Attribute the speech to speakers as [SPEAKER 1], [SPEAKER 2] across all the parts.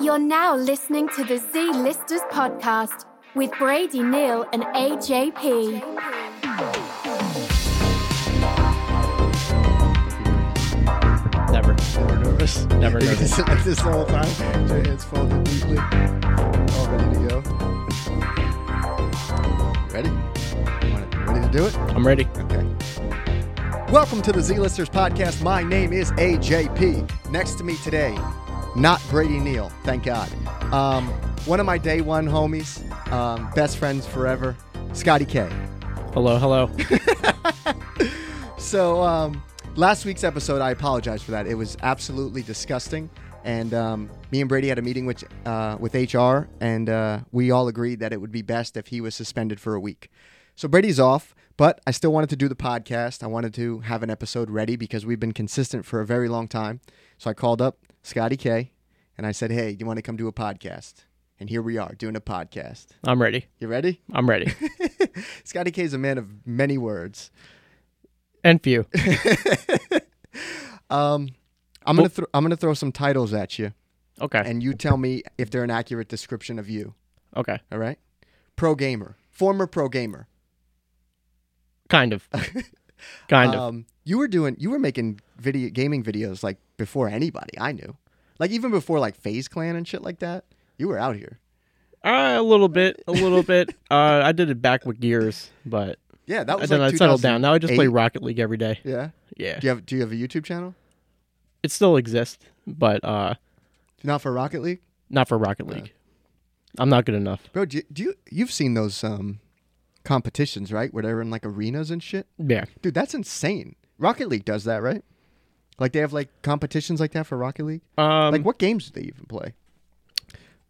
[SPEAKER 1] You're now listening to the Z Listers podcast with Brady Neal and AJP.
[SPEAKER 2] Never.
[SPEAKER 3] We're nervous.
[SPEAKER 2] Never
[SPEAKER 3] You're
[SPEAKER 2] nervous.
[SPEAKER 3] gonna sit like this the whole time. Your hands folded deeply. All ready to go. Ready? Want it- Ready to do it?
[SPEAKER 2] I'm ready.
[SPEAKER 3] Okay. Welcome to the Z Listers podcast. My name is AJP. Next to me today, not Brady Neal, thank God. Um, one of my day one homies, um, best friends forever, Scotty K.
[SPEAKER 2] Hello, hello.
[SPEAKER 3] So um, last week's episode, I apologize for that. It was absolutely disgusting, and um, me and Brady had a meeting with uh, with HR, and uh, we all agreed that it would be best if he was suspended for a week. So Brady's off, but I still wanted to do the podcast. I wanted to have an episode ready because we've been consistent for a very long time. So I called up Scotty K, and I said, "Hey, do you want to come do a podcast?" And here we are doing a podcast.
[SPEAKER 2] I'm ready.
[SPEAKER 3] You ready?
[SPEAKER 2] I'm ready.
[SPEAKER 3] Scotty K is a man of many words.
[SPEAKER 2] And few.
[SPEAKER 3] Um, I'm gonna thro- I'm gonna throw some titles at you,
[SPEAKER 2] Okay.
[SPEAKER 3] and you tell me if they're an accurate description of you.
[SPEAKER 2] Okay.
[SPEAKER 3] All right? Pro gamer, former pro gamer.
[SPEAKER 2] Kind of. Kind of.
[SPEAKER 3] Um, you were doing you were making video gaming videos like before anybody I knew, like even before like Phase Clan and shit like that. You were out here.
[SPEAKER 2] Uh, a little bit. A little bit. Uh, I did it back with Gears, but
[SPEAKER 3] Yeah, that
[SPEAKER 2] and
[SPEAKER 3] was
[SPEAKER 2] then
[SPEAKER 3] like
[SPEAKER 2] I settled down. Now I just play
[SPEAKER 3] 2008.
[SPEAKER 2] Rocket League every day.
[SPEAKER 3] Yeah.
[SPEAKER 2] Yeah.
[SPEAKER 3] Do you have Do you have a YouTube channel?
[SPEAKER 2] It still exists, but uh,
[SPEAKER 3] Not for Rocket League,
[SPEAKER 2] not for Rocket League. I'm not good enough.
[SPEAKER 3] bro. Do you, do you you've seen those um competitions right where they're in like arenas and shit?
[SPEAKER 2] Yeah.
[SPEAKER 3] Dude, that's insane. Rocket League does that, right? Like they have like competitions like that for Rocket League.
[SPEAKER 2] Um,
[SPEAKER 3] like what games do they even play?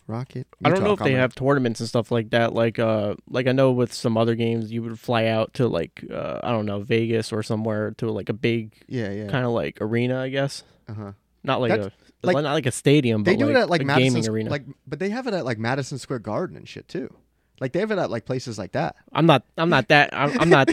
[SPEAKER 3] Rocket.
[SPEAKER 2] I don't
[SPEAKER 3] Utah
[SPEAKER 2] know if they
[SPEAKER 3] Commodore.
[SPEAKER 2] have tournaments and stuff like that. Like, uh, like I know with some other games, you would fly out to like, uh, I don't know, Vegas or somewhere to like a big
[SPEAKER 3] Yeah, yeah.
[SPEAKER 2] kind of like arena, I guess.
[SPEAKER 3] Uh huh.
[SPEAKER 2] Not like
[SPEAKER 3] That's-
[SPEAKER 2] a
[SPEAKER 3] like-
[SPEAKER 2] not like a stadium, but
[SPEAKER 3] They do
[SPEAKER 2] like,
[SPEAKER 3] it at like
[SPEAKER 2] a
[SPEAKER 3] Madison
[SPEAKER 2] gaming
[SPEAKER 3] Squ-
[SPEAKER 2] arena.
[SPEAKER 3] Like, but they have it at like Madison Square Garden and shit too. Like they have it at like places like that.
[SPEAKER 2] I'm not I'm not that I'm, I'm not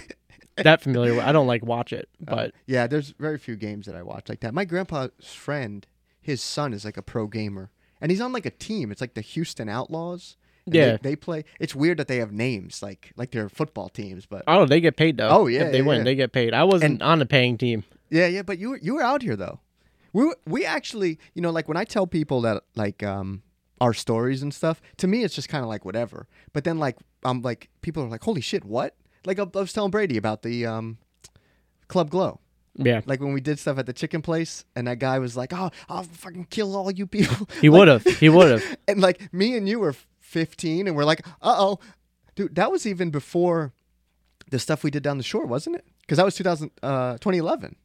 [SPEAKER 2] that familiar. with I don't like watch it,
[SPEAKER 3] Oh.
[SPEAKER 2] but
[SPEAKER 3] Yeah, there's very few games that I watch like that. My grandpa's friend, his son is like a pro gamer, and he's on like a team. It's like the Houston Outlaws. and they-
[SPEAKER 2] Yeah.
[SPEAKER 3] they, play. It's weird that they have names like like they're football teams, but
[SPEAKER 2] oh, they get paid though.
[SPEAKER 3] Oh, yeah,
[SPEAKER 2] if they
[SPEAKER 3] yeah,
[SPEAKER 2] win,
[SPEAKER 3] yeah.
[SPEAKER 2] they get paid. I wasn't on a paying team.
[SPEAKER 3] Yeah, yeah, but you were you were out here though. We were, we actually, you know, like when I tell people that like um our stories and stuff, to me it's just kind of like whatever. But then like I'm like people are like, "Holy shit, what?" Like I, I was telling Brady about the um Club Glow.
[SPEAKER 2] Yeah,
[SPEAKER 3] Like when we did stuff at the chicken place and that guy was like, "Oh, I'll fucking kill all you people."
[SPEAKER 2] he would have. He would have.
[SPEAKER 3] and like me and you were 15 and we're like, "Uh-oh." Dude, that was even before the stuff we did down the shore, wasn't it? Cuz that was 2000 uh 2011.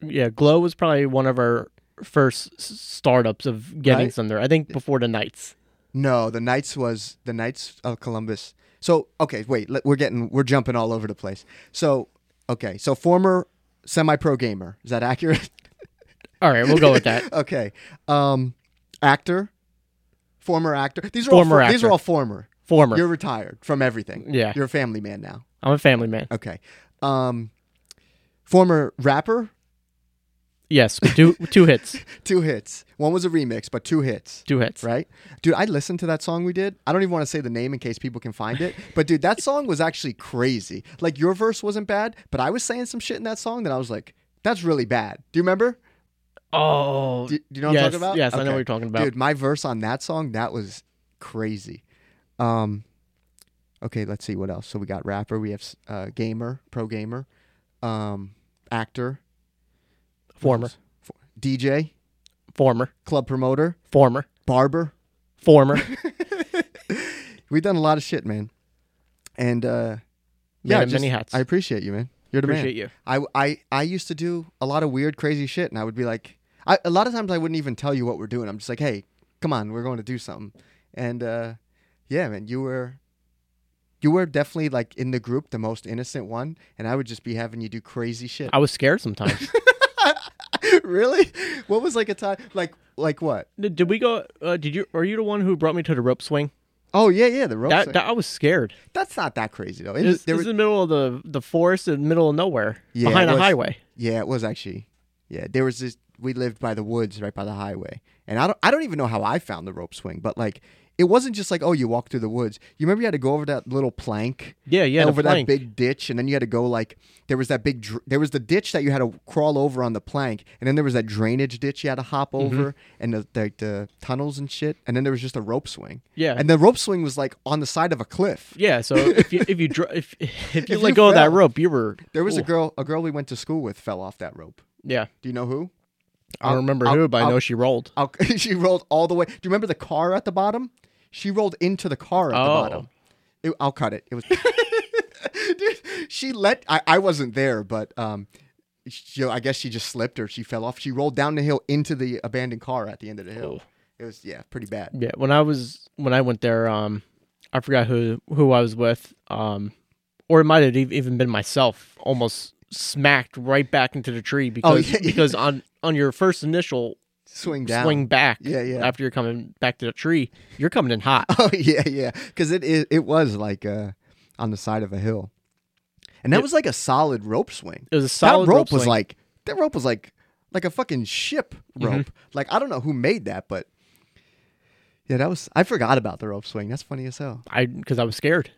[SPEAKER 2] yeah, Glow was probably one of our first s- startups of getting
[SPEAKER 3] Right.
[SPEAKER 2] some there. I think before the Knights.
[SPEAKER 3] No, the Knights was the Knights of Columbus. So okay, wait, let- we're getting we're jumping all over the place. So okay, so former semi-pro gamer is that accurate?
[SPEAKER 2] All right, we'll go with that.
[SPEAKER 3] okay, um, actor, former actor. These are
[SPEAKER 2] Former
[SPEAKER 3] all for- these
[SPEAKER 2] actor.
[SPEAKER 3] are all former.
[SPEAKER 2] Former.
[SPEAKER 3] You're retired from everything.
[SPEAKER 2] Yeah.
[SPEAKER 3] you're a family man now.
[SPEAKER 2] I'm a family man.
[SPEAKER 3] Okay, um, former rapper,
[SPEAKER 2] Yes, with two two hits,
[SPEAKER 3] two hits. One was a remix, but two hits.
[SPEAKER 2] two hits.
[SPEAKER 3] Right? Dude, I listened to that song we did. I don't even want to say the name in case people can find it. But dude, that song was actually crazy. Like your verse wasn't bad, but I was saying some shit in that song that I was like, that's really bad. Do you remember?
[SPEAKER 2] Oh,
[SPEAKER 3] Do, do you know what
[SPEAKER 2] yes,
[SPEAKER 3] I'm talking about?
[SPEAKER 2] yes, I know what
[SPEAKER 3] Okay.
[SPEAKER 2] you're talking about.
[SPEAKER 3] Dude, my verse on that song, that was crazy. Um Okay, let's see what else. So we got rapper, we have s- uh, gamer, pro gamer, um actor,
[SPEAKER 2] Former,
[SPEAKER 3] f- DJ,
[SPEAKER 2] former,
[SPEAKER 3] club promoter,
[SPEAKER 2] former,
[SPEAKER 3] barber.
[SPEAKER 2] former.
[SPEAKER 3] We've done a lot of shit, man. And uh
[SPEAKER 2] Yeah,
[SPEAKER 3] just-
[SPEAKER 2] many hats.
[SPEAKER 3] I appreciate you, man. You're the
[SPEAKER 2] Appreciate
[SPEAKER 3] man.
[SPEAKER 2] you.
[SPEAKER 3] I, I I used to do a lot of weird, crazy shit, and I would be like, I, a lot of times I wouldn't even tell you what we're doing. I'm just like, hey, come on, we're going to do something. And uh, yeah, man, you were you were definitely like in the group the most innocent one, and I would just be having you do crazy shit.
[SPEAKER 2] I was scared sometimes.
[SPEAKER 3] really? What was like a time like like what?
[SPEAKER 2] Did did we go? Uh, did you? Are you the one who brought me to the rope swing?
[SPEAKER 3] Oh yeah, yeah, the rope.
[SPEAKER 2] That,
[SPEAKER 3] swing.
[SPEAKER 2] that I was scared.
[SPEAKER 3] That's not that crazy though. It
[SPEAKER 2] It was,
[SPEAKER 3] was- there
[SPEAKER 2] it was
[SPEAKER 3] was-
[SPEAKER 2] in the middle of the the forest, in the middle of nowhere,
[SPEAKER 3] Yeah,
[SPEAKER 2] behind
[SPEAKER 3] it
[SPEAKER 2] a
[SPEAKER 3] was.
[SPEAKER 2] highway.
[SPEAKER 3] Yeah, it was actually. Yeah, there was this we lived by the woods right by the highway and i don't i don't even know how i found the rope swing but like it wasn't just like oh you walk through the woods you remember you had to go over that little plank
[SPEAKER 2] Yeah, yeah.
[SPEAKER 3] over that big ditch and then you had to go like there was that big dr- there was the ditch that you had to crawl over on the plank and then there was that drainage ditch you had to hop
[SPEAKER 2] Mm-hmm.
[SPEAKER 3] over and the, the, the tunnels and shit and then there was just a rope swing
[SPEAKER 2] Yeah.
[SPEAKER 3] and the rope swing was like on the side of a cliff
[SPEAKER 2] yeah. So if you if you dr- if if you
[SPEAKER 3] If
[SPEAKER 2] let
[SPEAKER 3] you
[SPEAKER 2] go of that
[SPEAKER 3] fell.
[SPEAKER 2] rope, you were
[SPEAKER 3] there was a
[SPEAKER 2] ooh.
[SPEAKER 3] girl a girl we went to school with fell off that rope
[SPEAKER 2] Yeah,
[SPEAKER 3] do you know who
[SPEAKER 2] I don't remember
[SPEAKER 3] I'll-
[SPEAKER 2] who, but I know
[SPEAKER 3] I'll-
[SPEAKER 2] she rolled.
[SPEAKER 3] I'll, she rolled all the way do you remember the car at the bottom she rolled into the car at the
[SPEAKER 2] Oh.
[SPEAKER 3] bottom It- i'll cut it it was Dude, she let I, I wasn't there but um she, i guess she just slipped or she fell off she rolled down the hill into the abandoned car at the end of the hill
[SPEAKER 2] Oh.
[SPEAKER 3] it was yeah pretty bad
[SPEAKER 2] Yeah, when I was when I went there, um, I forgot who who I was with, um, or it might have ev- even been myself. Almost smacked right back into the tree because
[SPEAKER 3] Oh, yeah, yeah.
[SPEAKER 2] because on on your first initial
[SPEAKER 3] swing down
[SPEAKER 2] swing back,
[SPEAKER 3] Yeah, yeah.
[SPEAKER 2] after you're coming back to the tree, you're coming in hot.
[SPEAKER 3] oh yeah yeah because it, it it was like uh on the side of a hill and that was like a solid rope swing
[SPEAKER 2] It was a solid
[SPEAKER 3] that rope,
[SPEAKER 2] rope
[SPEAKER 3] was
[SPEAKER 2] swing.
[SPEAKER 3] like that rope was like like a fucking ship
[SPEAKER 2] Mm-hmm.
[SPEAKER 3] rope. Like I don't know who made that, but yeah, that was I forgot about the rope swing. That's funny as hell.
[SPEAKER 2] I because I was scared.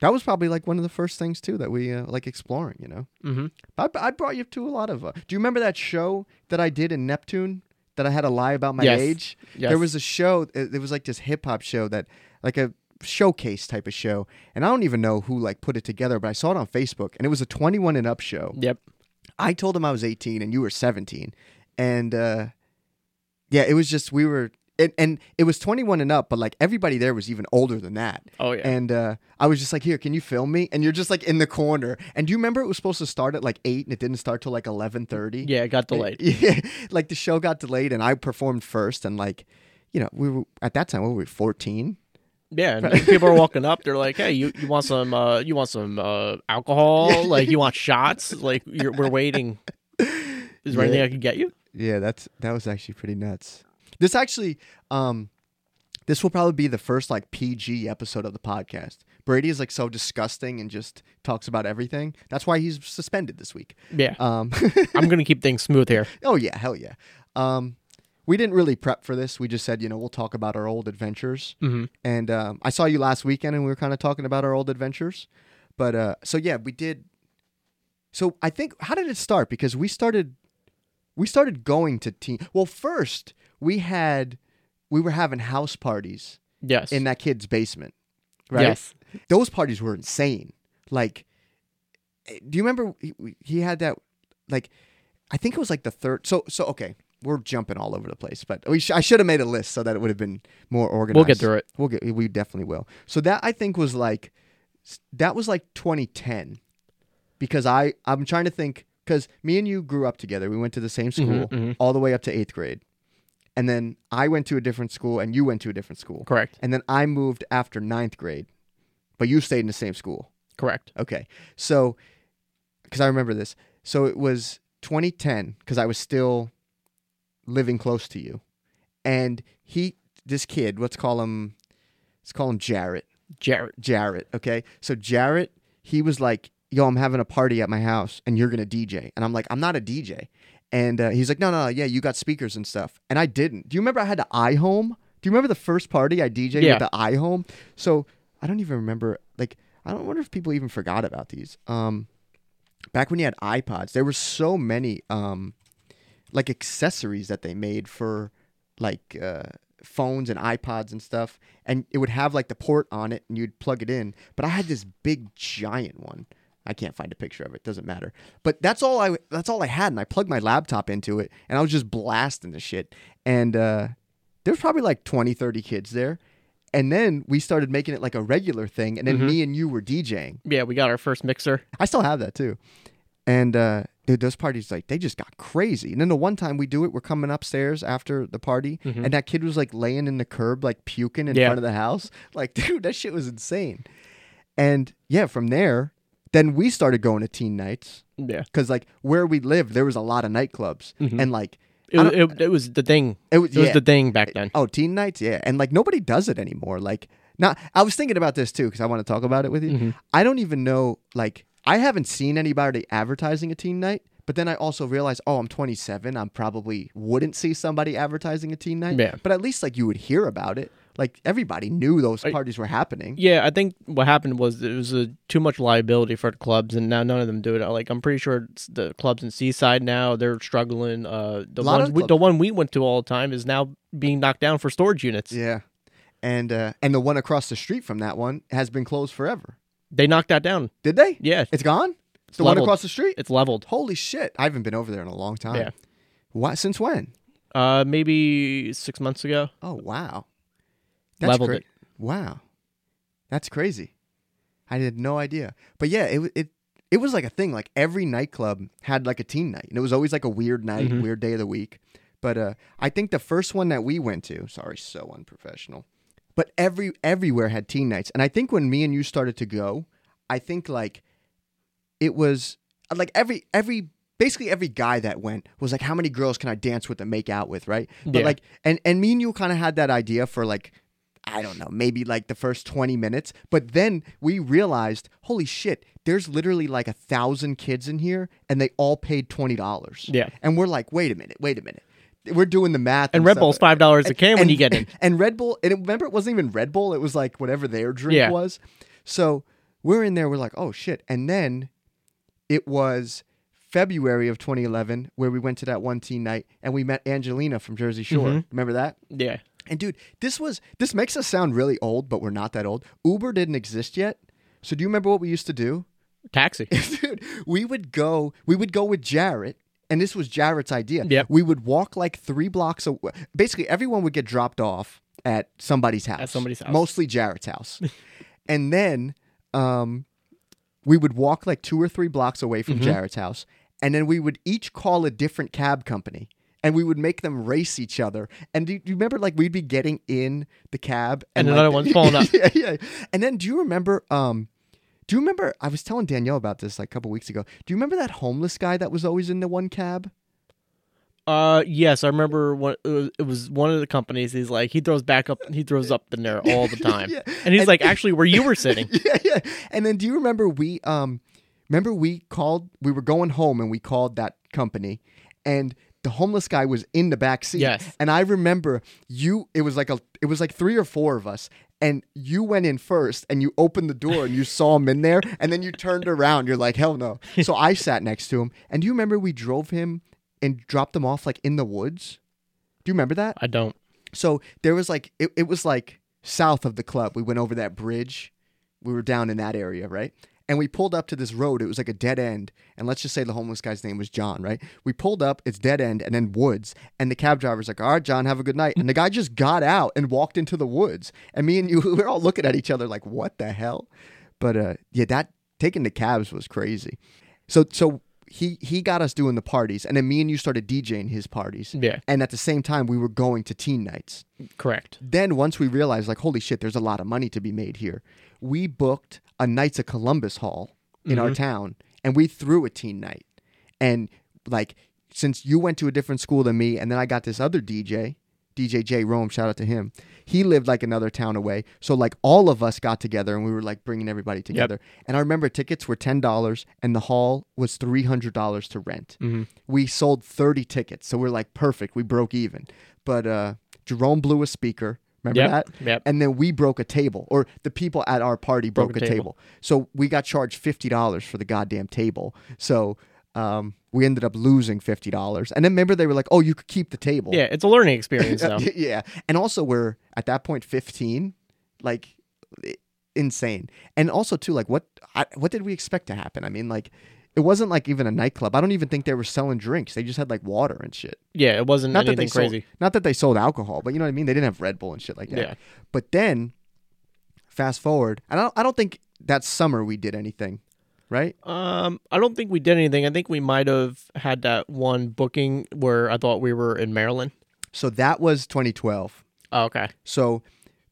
[SPEAKER 3] That was probably like one of the first things too that we uh, like exploring. You know,
[SPEAKER 2] Mhm.
[SPEAKER 3] But I, I brought you to a lot of. Uh, do you remember that show that I did in Neptune that I had to lie about my
[SPEAKER 2] Yes.
[SPEAKER 3] age?
[SPEAKER 2] Yes.
[SPEAKER 3] There was a show. uh, It, it was like this hip hop show that like a showcase type of show, and I don't even know who like put it together, but I saw it on Facebook, and it was a twenty one and up show.
[SPEAKER 2] Yep.
[SPEAKER 3] I told him I was 18 and you were 17. And uh yeah, it was just we were and, and it was 21 and up, but like everybody there was even older than that.
[SPEAKER 2] Oh, yeah.
[SPEAKER 3] And uh I was just like, "Here, can you film me?" And you're just like in the corner. And do you remember it was supposed to start at like 8 and it didn't start till like 11:30?
[SPEAKER 2] Yeah, it got delayed.
[SPEAKER 3] Yeah, like the show got delayed and I performed first and like you know, we were at that time what were we 14?
[SPEAKER 2] Yeah, and people are walking up. They're like, "Hey, you, you want some? Uh, you want some uh, alcohol? Like, you want shots? Like, you're, we're waiting. Is there
[SPEAKER 3] Yeah.
[SPEAKER 2] anything I can get you?"
[SPEAKER 3] Yeah, that's that was actually pretty nuts. This actually, um, this will probably be the first like PG episode of the podcast. Brady is like so disgusting and just talks about everything. That's why he's suspended this week.
[SPEAKER 2] Yeah,
[SPEAKER 3] Um,
[SPEAKER 2] I'm gonna keep things smooth here.
[SPEAKER 3] oh yeah, hell yeah. Um, we didn't really prep for this. We just said, you know, we'll talk about our old adventures.
[SPEAKER 2] Mhm.
[SPEAKER 3] And um, I saw you last weekend, and we were kind of talking about our old adventures. But uh, so yeah, we did. So I think how did it start? Because we started, we started going to teen. Well, first we had, we were having house parties
[SPEAKER 2] Yes.
[SPEAKER 3] in that kid's basement, right?
[SPEAKER 2] Yes.
[SPEAKER 3] Those parties were insane. Like, eh, do you remember he, we- he had that? Like, I think it was like the third. So, so okay, we're jumping all over the place, but we sh- I should have made a list so that it would have been more organized.
[SPEAKER 2] We'll get through it.
[SPEAKER 3] We'll get. We definitely will. So that I think was like, s- that was like 2010, because I I'm trying to think because me and you grew up together. We went to the same school
[SPEAKER 2] mhm.
[SPEAKER 3] all the way up to eighth grade, and then I went to a different school and you went to a different school.
[SPEAKER 2] Correct.
[SPEAKER 3] And then I moved after ninth grade, but you stayed in the same school.
[SPEAKER 2] Correct.
[SPEAKER 3] Okay. So, because I remember this. So it was 2010, because I was still living close to you. And he, this kid, let's call him, let's call him Jarrett.
[SPEAKER 2] Jared.
[SPEAKER 3] Jarrett. Okay. So Jarrett, he was like, yo, I'm having a party at my house and you're going to DJ. And I'm like, I'm not a DJ. And uh, he's like, no, no, no, yeah, you got speakers and stuff. And I didn't. Do you remember I had the iHome? Do you remember the first party I DJed
[SPEAKER 2] Yeah.
[SPEAKER 3] with the iHome? So I don't even remember. Like, I don't wonder if people even forgot about these. Um, back when you had iPods, there were so many um, like accessories that they made for like uh, phones and iPods and stuff, and it would have like the port on it, and you'd plug it in. But I had this big giant one. I can't find a picture of it. Doesn't matter. But that's all I that's all I had, and I plugged my laptop into it, and I was just blasting the shit. And uh, there was probably like 20, 30 kids there. And then we started making it like a regular thing, and then me and you were DJing.
[SPEAKER 2] Yeah, we got our first mixer.
[SPEAKER 3] I still have that too. And uh, dude, those parties like they just got crazy. And then the one time we do it, we're coming upstairs after the party, and that kid was like laying in the curb, like puking in
[SPEAKER 2] Yeah.
[SPEAKER 3] front of the house. Like, dude, that shit was insane. And yeah, from there, then we started going to teen nights
[SPEAKER 2] Yeah.
[SPEAKER 3] because like where we lived, there was a lot of nightclubs, and like
[SPEAKER 2] It,
[SPEAKER 3] I
[SPEAKER 2] was- it, it was the thing.
[SPEAKER 3] It was- yeah.
[SPEAKER 2] the thing back then.
[SPEAKER 3] Oh, teen nights, yeah, and like nobody does it anymore. Like, not. I was thinking about this too because I want to
[SPEAKER 2] Mm-hmm.
[SPEAKER 3] talk about it with you. I don't even know. Like, I haven't seen anybody advertising a teen night But then I also realized, oh, I'm 27. I probably wouldn't see somebody advertising a teen night.
[SPEAKER 2] Yeah.
[SPEAKER 3] But at least like you would hear about it. Like everybody knew those parties were happening.
[SPEAKER 2] Yeah, I think what happened was it was a, too much liability for the clubs, and now none of them do it. Like I'm pretty sure it's the clubs in Seaside now they're struggling. Uh, the
[SPEAKER 3] Lot
[SPEAKER 2] one
[SPEAKER 3] of the
[SPEAKER 2] we,
[SPEAKER 3] clubs-
[SPEAKER 2] the one we went to all the time is now being knocked down for storage units.
[SPEAKER 3] Yeah. And uh, and the one across the street from that one has been closed forever.
[SPEAKER 2] They knocked that down.
[SPEAKER 3] Did they?
[SPEAKER 2] Yeah,
[SPEAKER 3] It's gone? It's the one
[SPEAKER 2] leveled.
[SPEAKER 3] across the street?
[SPEAKER 2] it's leveled.
[SPEAKER 3] Holy shit. I haven't been over there in a long time.
[SPEAKER 2] Yeah.
[SPEAKER 3] What since when?
[SPEAKER 2] Uh, maybe six months ago.
[SPEAKER 3] Oh wow.
[SPEAKER 2] Leveled
[SPEAKER 3] cra-
[SPEAKER 2] it.
[SPEAKER 3] Wow. That's crazy. I had no idea. But yeah, it wa- it it was like a thing. Like every nightclub had like a teen night. And it was always like a weird night,
[SPEAKER 2] Mm-hmm.
[SPEAKER 3] weird day of the week. But uh I think the first one that we went to, sorry, so unprofessional. But every everywhere had teen nights. And I think when me and you started to go, I think like it was like every every basically every guy that went was like how many girls can i dance with and make out with right but
[SPEAKER 2] Yeah.
[SPEAKER 3] like and and me and you kind of had that idea for like i don't know maybe like the first 20 minutes but then we realized holy shit there's literally like a thousand kids in here and they all paid $20
[SPEAKER 2] Yeah.
[SPEAKER 3] and we're like wait a minute wait a minute we're doing the math
[SPEAKER 2] And Red
[SPEAKER 3] stuff.
[SPEAKER 2] Bull's five dollars a can when
[SPEAKER 3] And-
[SPEAKER 2] you get in.
[SPEAKER 3] And Red Bull, and it, remember, it wasn't even Red Bull. It was like whatever their drink
[SPEAKER 2] Yeah.
[SPEAKER 3] was. So we're in there. We're like, oh shit. And then it was February of 2011 where we went to that one teen night and we met Angelina from Jersey Shore.
[SPEAKER 2] Mm-hmm.
[SPEAKER 3] Remember that?
[SPEAKER 2] Yeah,
[SPEAKER 3] And dude, this was this makes us sound really old, but we're not that old. Uber didn't exist yet. So do you remember what we used to do?
[SPEAKER 2] taxi.
[SPEAKER 3] dude, we would go. We would go with Jarrett, and this was Jarrett's idea.
[SPEAKER 2] Yep.
[SPEAKER 3] we would walk like three blocks. Away. Basically, everyone would get dropped off at somebody's house.
[SPEAKER 2] somebody's house.
[SPEAKER 3] mostly Jarrett's house, and then um, we would walk like two or three blocks away
[SPEAKER 2] Mm-hmm.
[SPEAKER 3] from Jarrett's house, and then we would each call a different cab company. And we would make them race each other. And do you do you remember, like, we'd be getting in the cab,
[SPEAKER 2] And
[SPEAKER 3] like,
[SPEAKER 2] another
[SPEAKER 3] the-
[SPEAKER 2] one's pulling up.
[SPEAKER 3] yeah, yeah. And then do you remember um do you remember I was telling Danielle about this like a couple weeks ago. Do you remember that homeless guy that was always in the one cab?
[SPEAKER 2] Uh, yes, I remember when it was, it was one of the companies. He's like, he throws back up, he throws up in there all the time,
[SPEAKER 3] Yeah.
[SPEAKER 2] and he's like, actually, where you were sitting.
[SPEAKER 3] yeah, yeah. And then do you remember we um remember we called we were going home and we called that company and the homeless guy was in the back seat.
[SPEAKER 2] Yes.
[SPEAKER 3] And I remember you it was like a it was like three or four of us and you went in first and you opened the door and you saw him in there and then you turned around you're like hell no. So I sat next to him and do you remember we drove him and dropped him off like in the woods? Do you remember that?
[SPEAKER 2] I don't.
[SPEAKER 3] So there was like it, it was like south of the club. We went over that bridge. We were down in that area, right? And we pulled up to this road. It was like a dead end. And let's just say the homeless guy's name was John, right? We pulled up, it's dead end and then woods. And the cab driver's like, all right, John, have a good night. And the guy just got out and walked into the woods. And me and you, we we're all looking at each other like, what the hell? But uh, yeah, that taking the cabs was crazy. So, so he he got us doing the parties, and then me and you started DJing his parties.
[SPEAKER 2] Yeah.
[SPEAKER 3] And at the same time, we were going to teen nights.
[SPEAKER 2] Correct.
[SPEAKER 3] Then once we realized, like, holy shit, there's a lot of money to be made here, we booked a Knights of Columbus Hall in our town, and we threw a teen night. And like, since you went to a different school than me, and then I got this other DJ, DJ J Rome, shout out to him. He lived like another town away, so like all of us got together, and we were like bringing everybody together. And I remember tickets were ten dollars, and the hall was three hundred dollars to rent we sold 30 tickets so we're like perfect we broke even but uh jerome blew a speaker remember
[SPEAKER 2] Yep,
[SPEAKER 3] that
[SPEAKER 2] yep.
[SPEAKER 3] and then we broke a table or the people at our party broke,
[SPEAKER 2] a
[SPEAKER 3] a table.
[SPEAKER 2] table.
[SPEAKER 3] so we got charged $50 for the goddamn table so um, we ended up losing $50 and then remember they were like oh you could keep the table
[SPEAKER 2] Yeah, it's a learning experience though.
[SPEAKER 3] yeah, yeah. And also, we're at that point 15, like i- insane. And also, too, like what I, what did we expect to happen? I mean, like it wasn't like even a nightclub. I don't even think they were selling drinks. They just had like water and shit.
[SPEAKER 2] Yeah, it wasn't
[SPEAKER 3] Not that they
[SPEAKER 2] anything
[SPEAKER 3] sold,
[SPEAKER 2] crazy.
[SPEAKER 3] not that they sold alcohol, but you know what I mean. They didn't have Red Bull and shit like that.
[SPEAKER 2] Yeah.
[SPEAKER 3] But then, fast forward, and I don't, I don't think that summer we did anything, right?
[SPEAKER 2] Um, I don't think we did anything. I think we might have had that one booking where I thought we were in Maryland.
[SPEAKER 3] So that was 2012.
[SPEAKER 2] Oh, okay.
[SPEAKER 3] So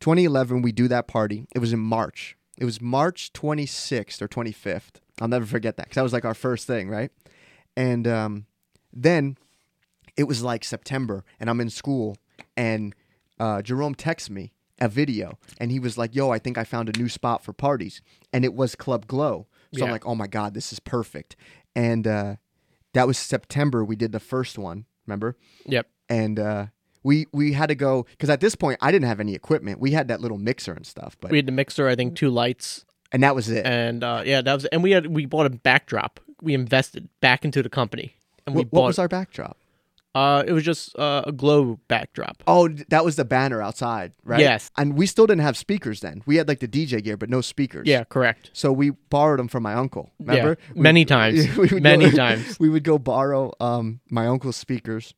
[SPEAKER 3] 2011, we do that party. It was in March. It was March 26th or 25th. I'll never forget that because that was like our first thing, right? And um, then it was like September, and I'm in school, and uh, Jerome texts me a video, and he was like, "Yo, I think I found a new spot for parties," and it was Club Glow. So I'm
[SPEAKER 2] Yeah.
[SPEAKER 3] like, "Oh my god, this is perfect!" And uh, That was September. We did the first one. Remember?
[SPEAKER 2] Yep.
[SPEAKER 3] And uh, we we had to go because at this point I didn't have any equipment. We had that little mixer and stuff, but
[SPEAKER 2] We had the mixer, I think, two lights,
[SPEAKER 3] and that was it.
[SPEAKER 2] and uh, yeah, that was. And we had we bought a backdrop. We invested back into the company, and we
[SPEAKER 3] what, what
[SPEAKER 2] bought.
[SPEAKER 3] was our backdrop?
[SPEAKER 2] uh, it was just uh, a glow backdrop.
[SPEAKER 3] Oh, d- that was the banner outside, right?
[SPEAKER 2] Yes.
[SPEAKER 3] And we still didn't have speakers then. We had like the DJ gear, but no speakers.
[SPEAKER 2] Yeah, correct.
[SPEAKER 3] So we borrowed them from my uncle.
[SPEAKER 2] Yeah,
[SPEAKER 3] Remember? We-
[SPEAKER 2] many times,
[SPEAKER 3] we would go-
[SPEAKER 2] many times.
[SPEAKER 3] We would go borrow um, my uncle's speakers,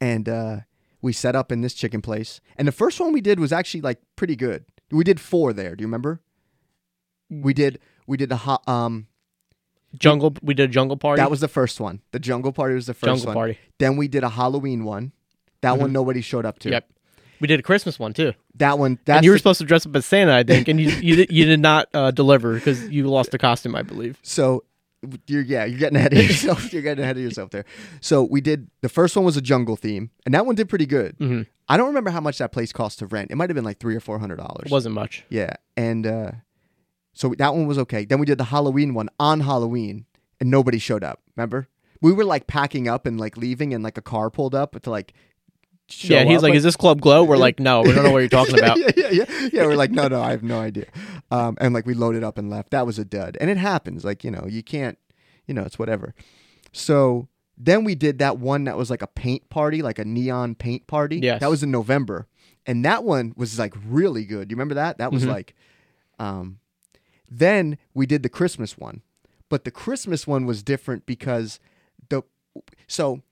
[SPEAKER 3] and uh, we set up in this chicken place. And the first one we did was actually like pretty good. We did four there. Do you remember? We did. We did the hot. Um,
[SPEAKER 2] Jungle. We did a jungle party.
[SPEAKER 3] that was the first one. The jungle party was the first
[SPEAKER 2] Jungle
[SPEAKER 3] one.
[SPEAKER 2] party. Mm-hmm.
[SPEAKER 3] Then we did a Halloween one. That one nobody showed up to.
[SPEAKER 2] Yep. We did a Christmas one too.
[SPEAKER 3] That one. That's
[SPEAKER 2] and you were
[SPEAKER 3] the-
[SPEAKER 2] supposed to dress up as Santa, I think, and you you, did- you did not uh, deliver because you lost the costume, I believe.
[SPEAKER 3] So you're yeah, you're getting ahead of yourself. you're getting ahead of yourself there. So we did the first one was a jungle theme, and that one did pretty good.
[SPEAKER 2] Mm-hmm.
[SPEAKER 3] I don't remember how much that place cost to rent. It might have been like three or four hundred dollars.
[SPEAKER 2] It wasn't much.
[SPEAKER 3] yeah, and uh, so that one was okay. Then we did the Halloween one on Halloween, and nobody showed up. Remember, we were like packing up and like leaving, and like a car pulled up to like. Show
[SPEAKER 2] yeah, he's
[SPEAKER 3] up,
[SPEAKER 2] like,
[SPEAKER 3] but-
[SPEAKER 2] "Is this Club Glow?" We're like, "No, we don't know what you're talking about."
[SPEAKER 3] yeah, yeah, yeah, yeah. We're like, no, no, I have no idea. Um, and like we loaded up and left. That was a dud, and it happens. Like you know, you can't, you know, it's whatever. So then we did that one that was like a paint party, like a neon paint party.
[SPEAKER 2] Yes.
[SPEAKER 3] that was in November, and that one was like really good. You remember that? That was
[SPEAKER 2] Mhm.
[SPEAKER 3] like, um, then we did the Christmas one, but the Christmas one was different because the so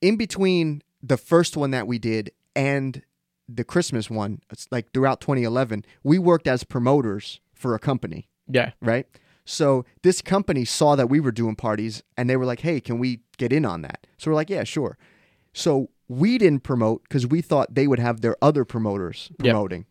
[SPEAKER 3] in between the first one that we did and the Christmas one, it's like throughout 2011, we worked as promoters for a company,
[SPEAKER 2] Yeah,
[SPEAKER 3] right? So this company saw that we were doing parties and they were like, hey, can we get in on that? So we're like, yeah, sure. So we didn't promote because we thought they would have their other promoters
[SPEAKER 2] Yep.
[SPEAKER 3] promoting.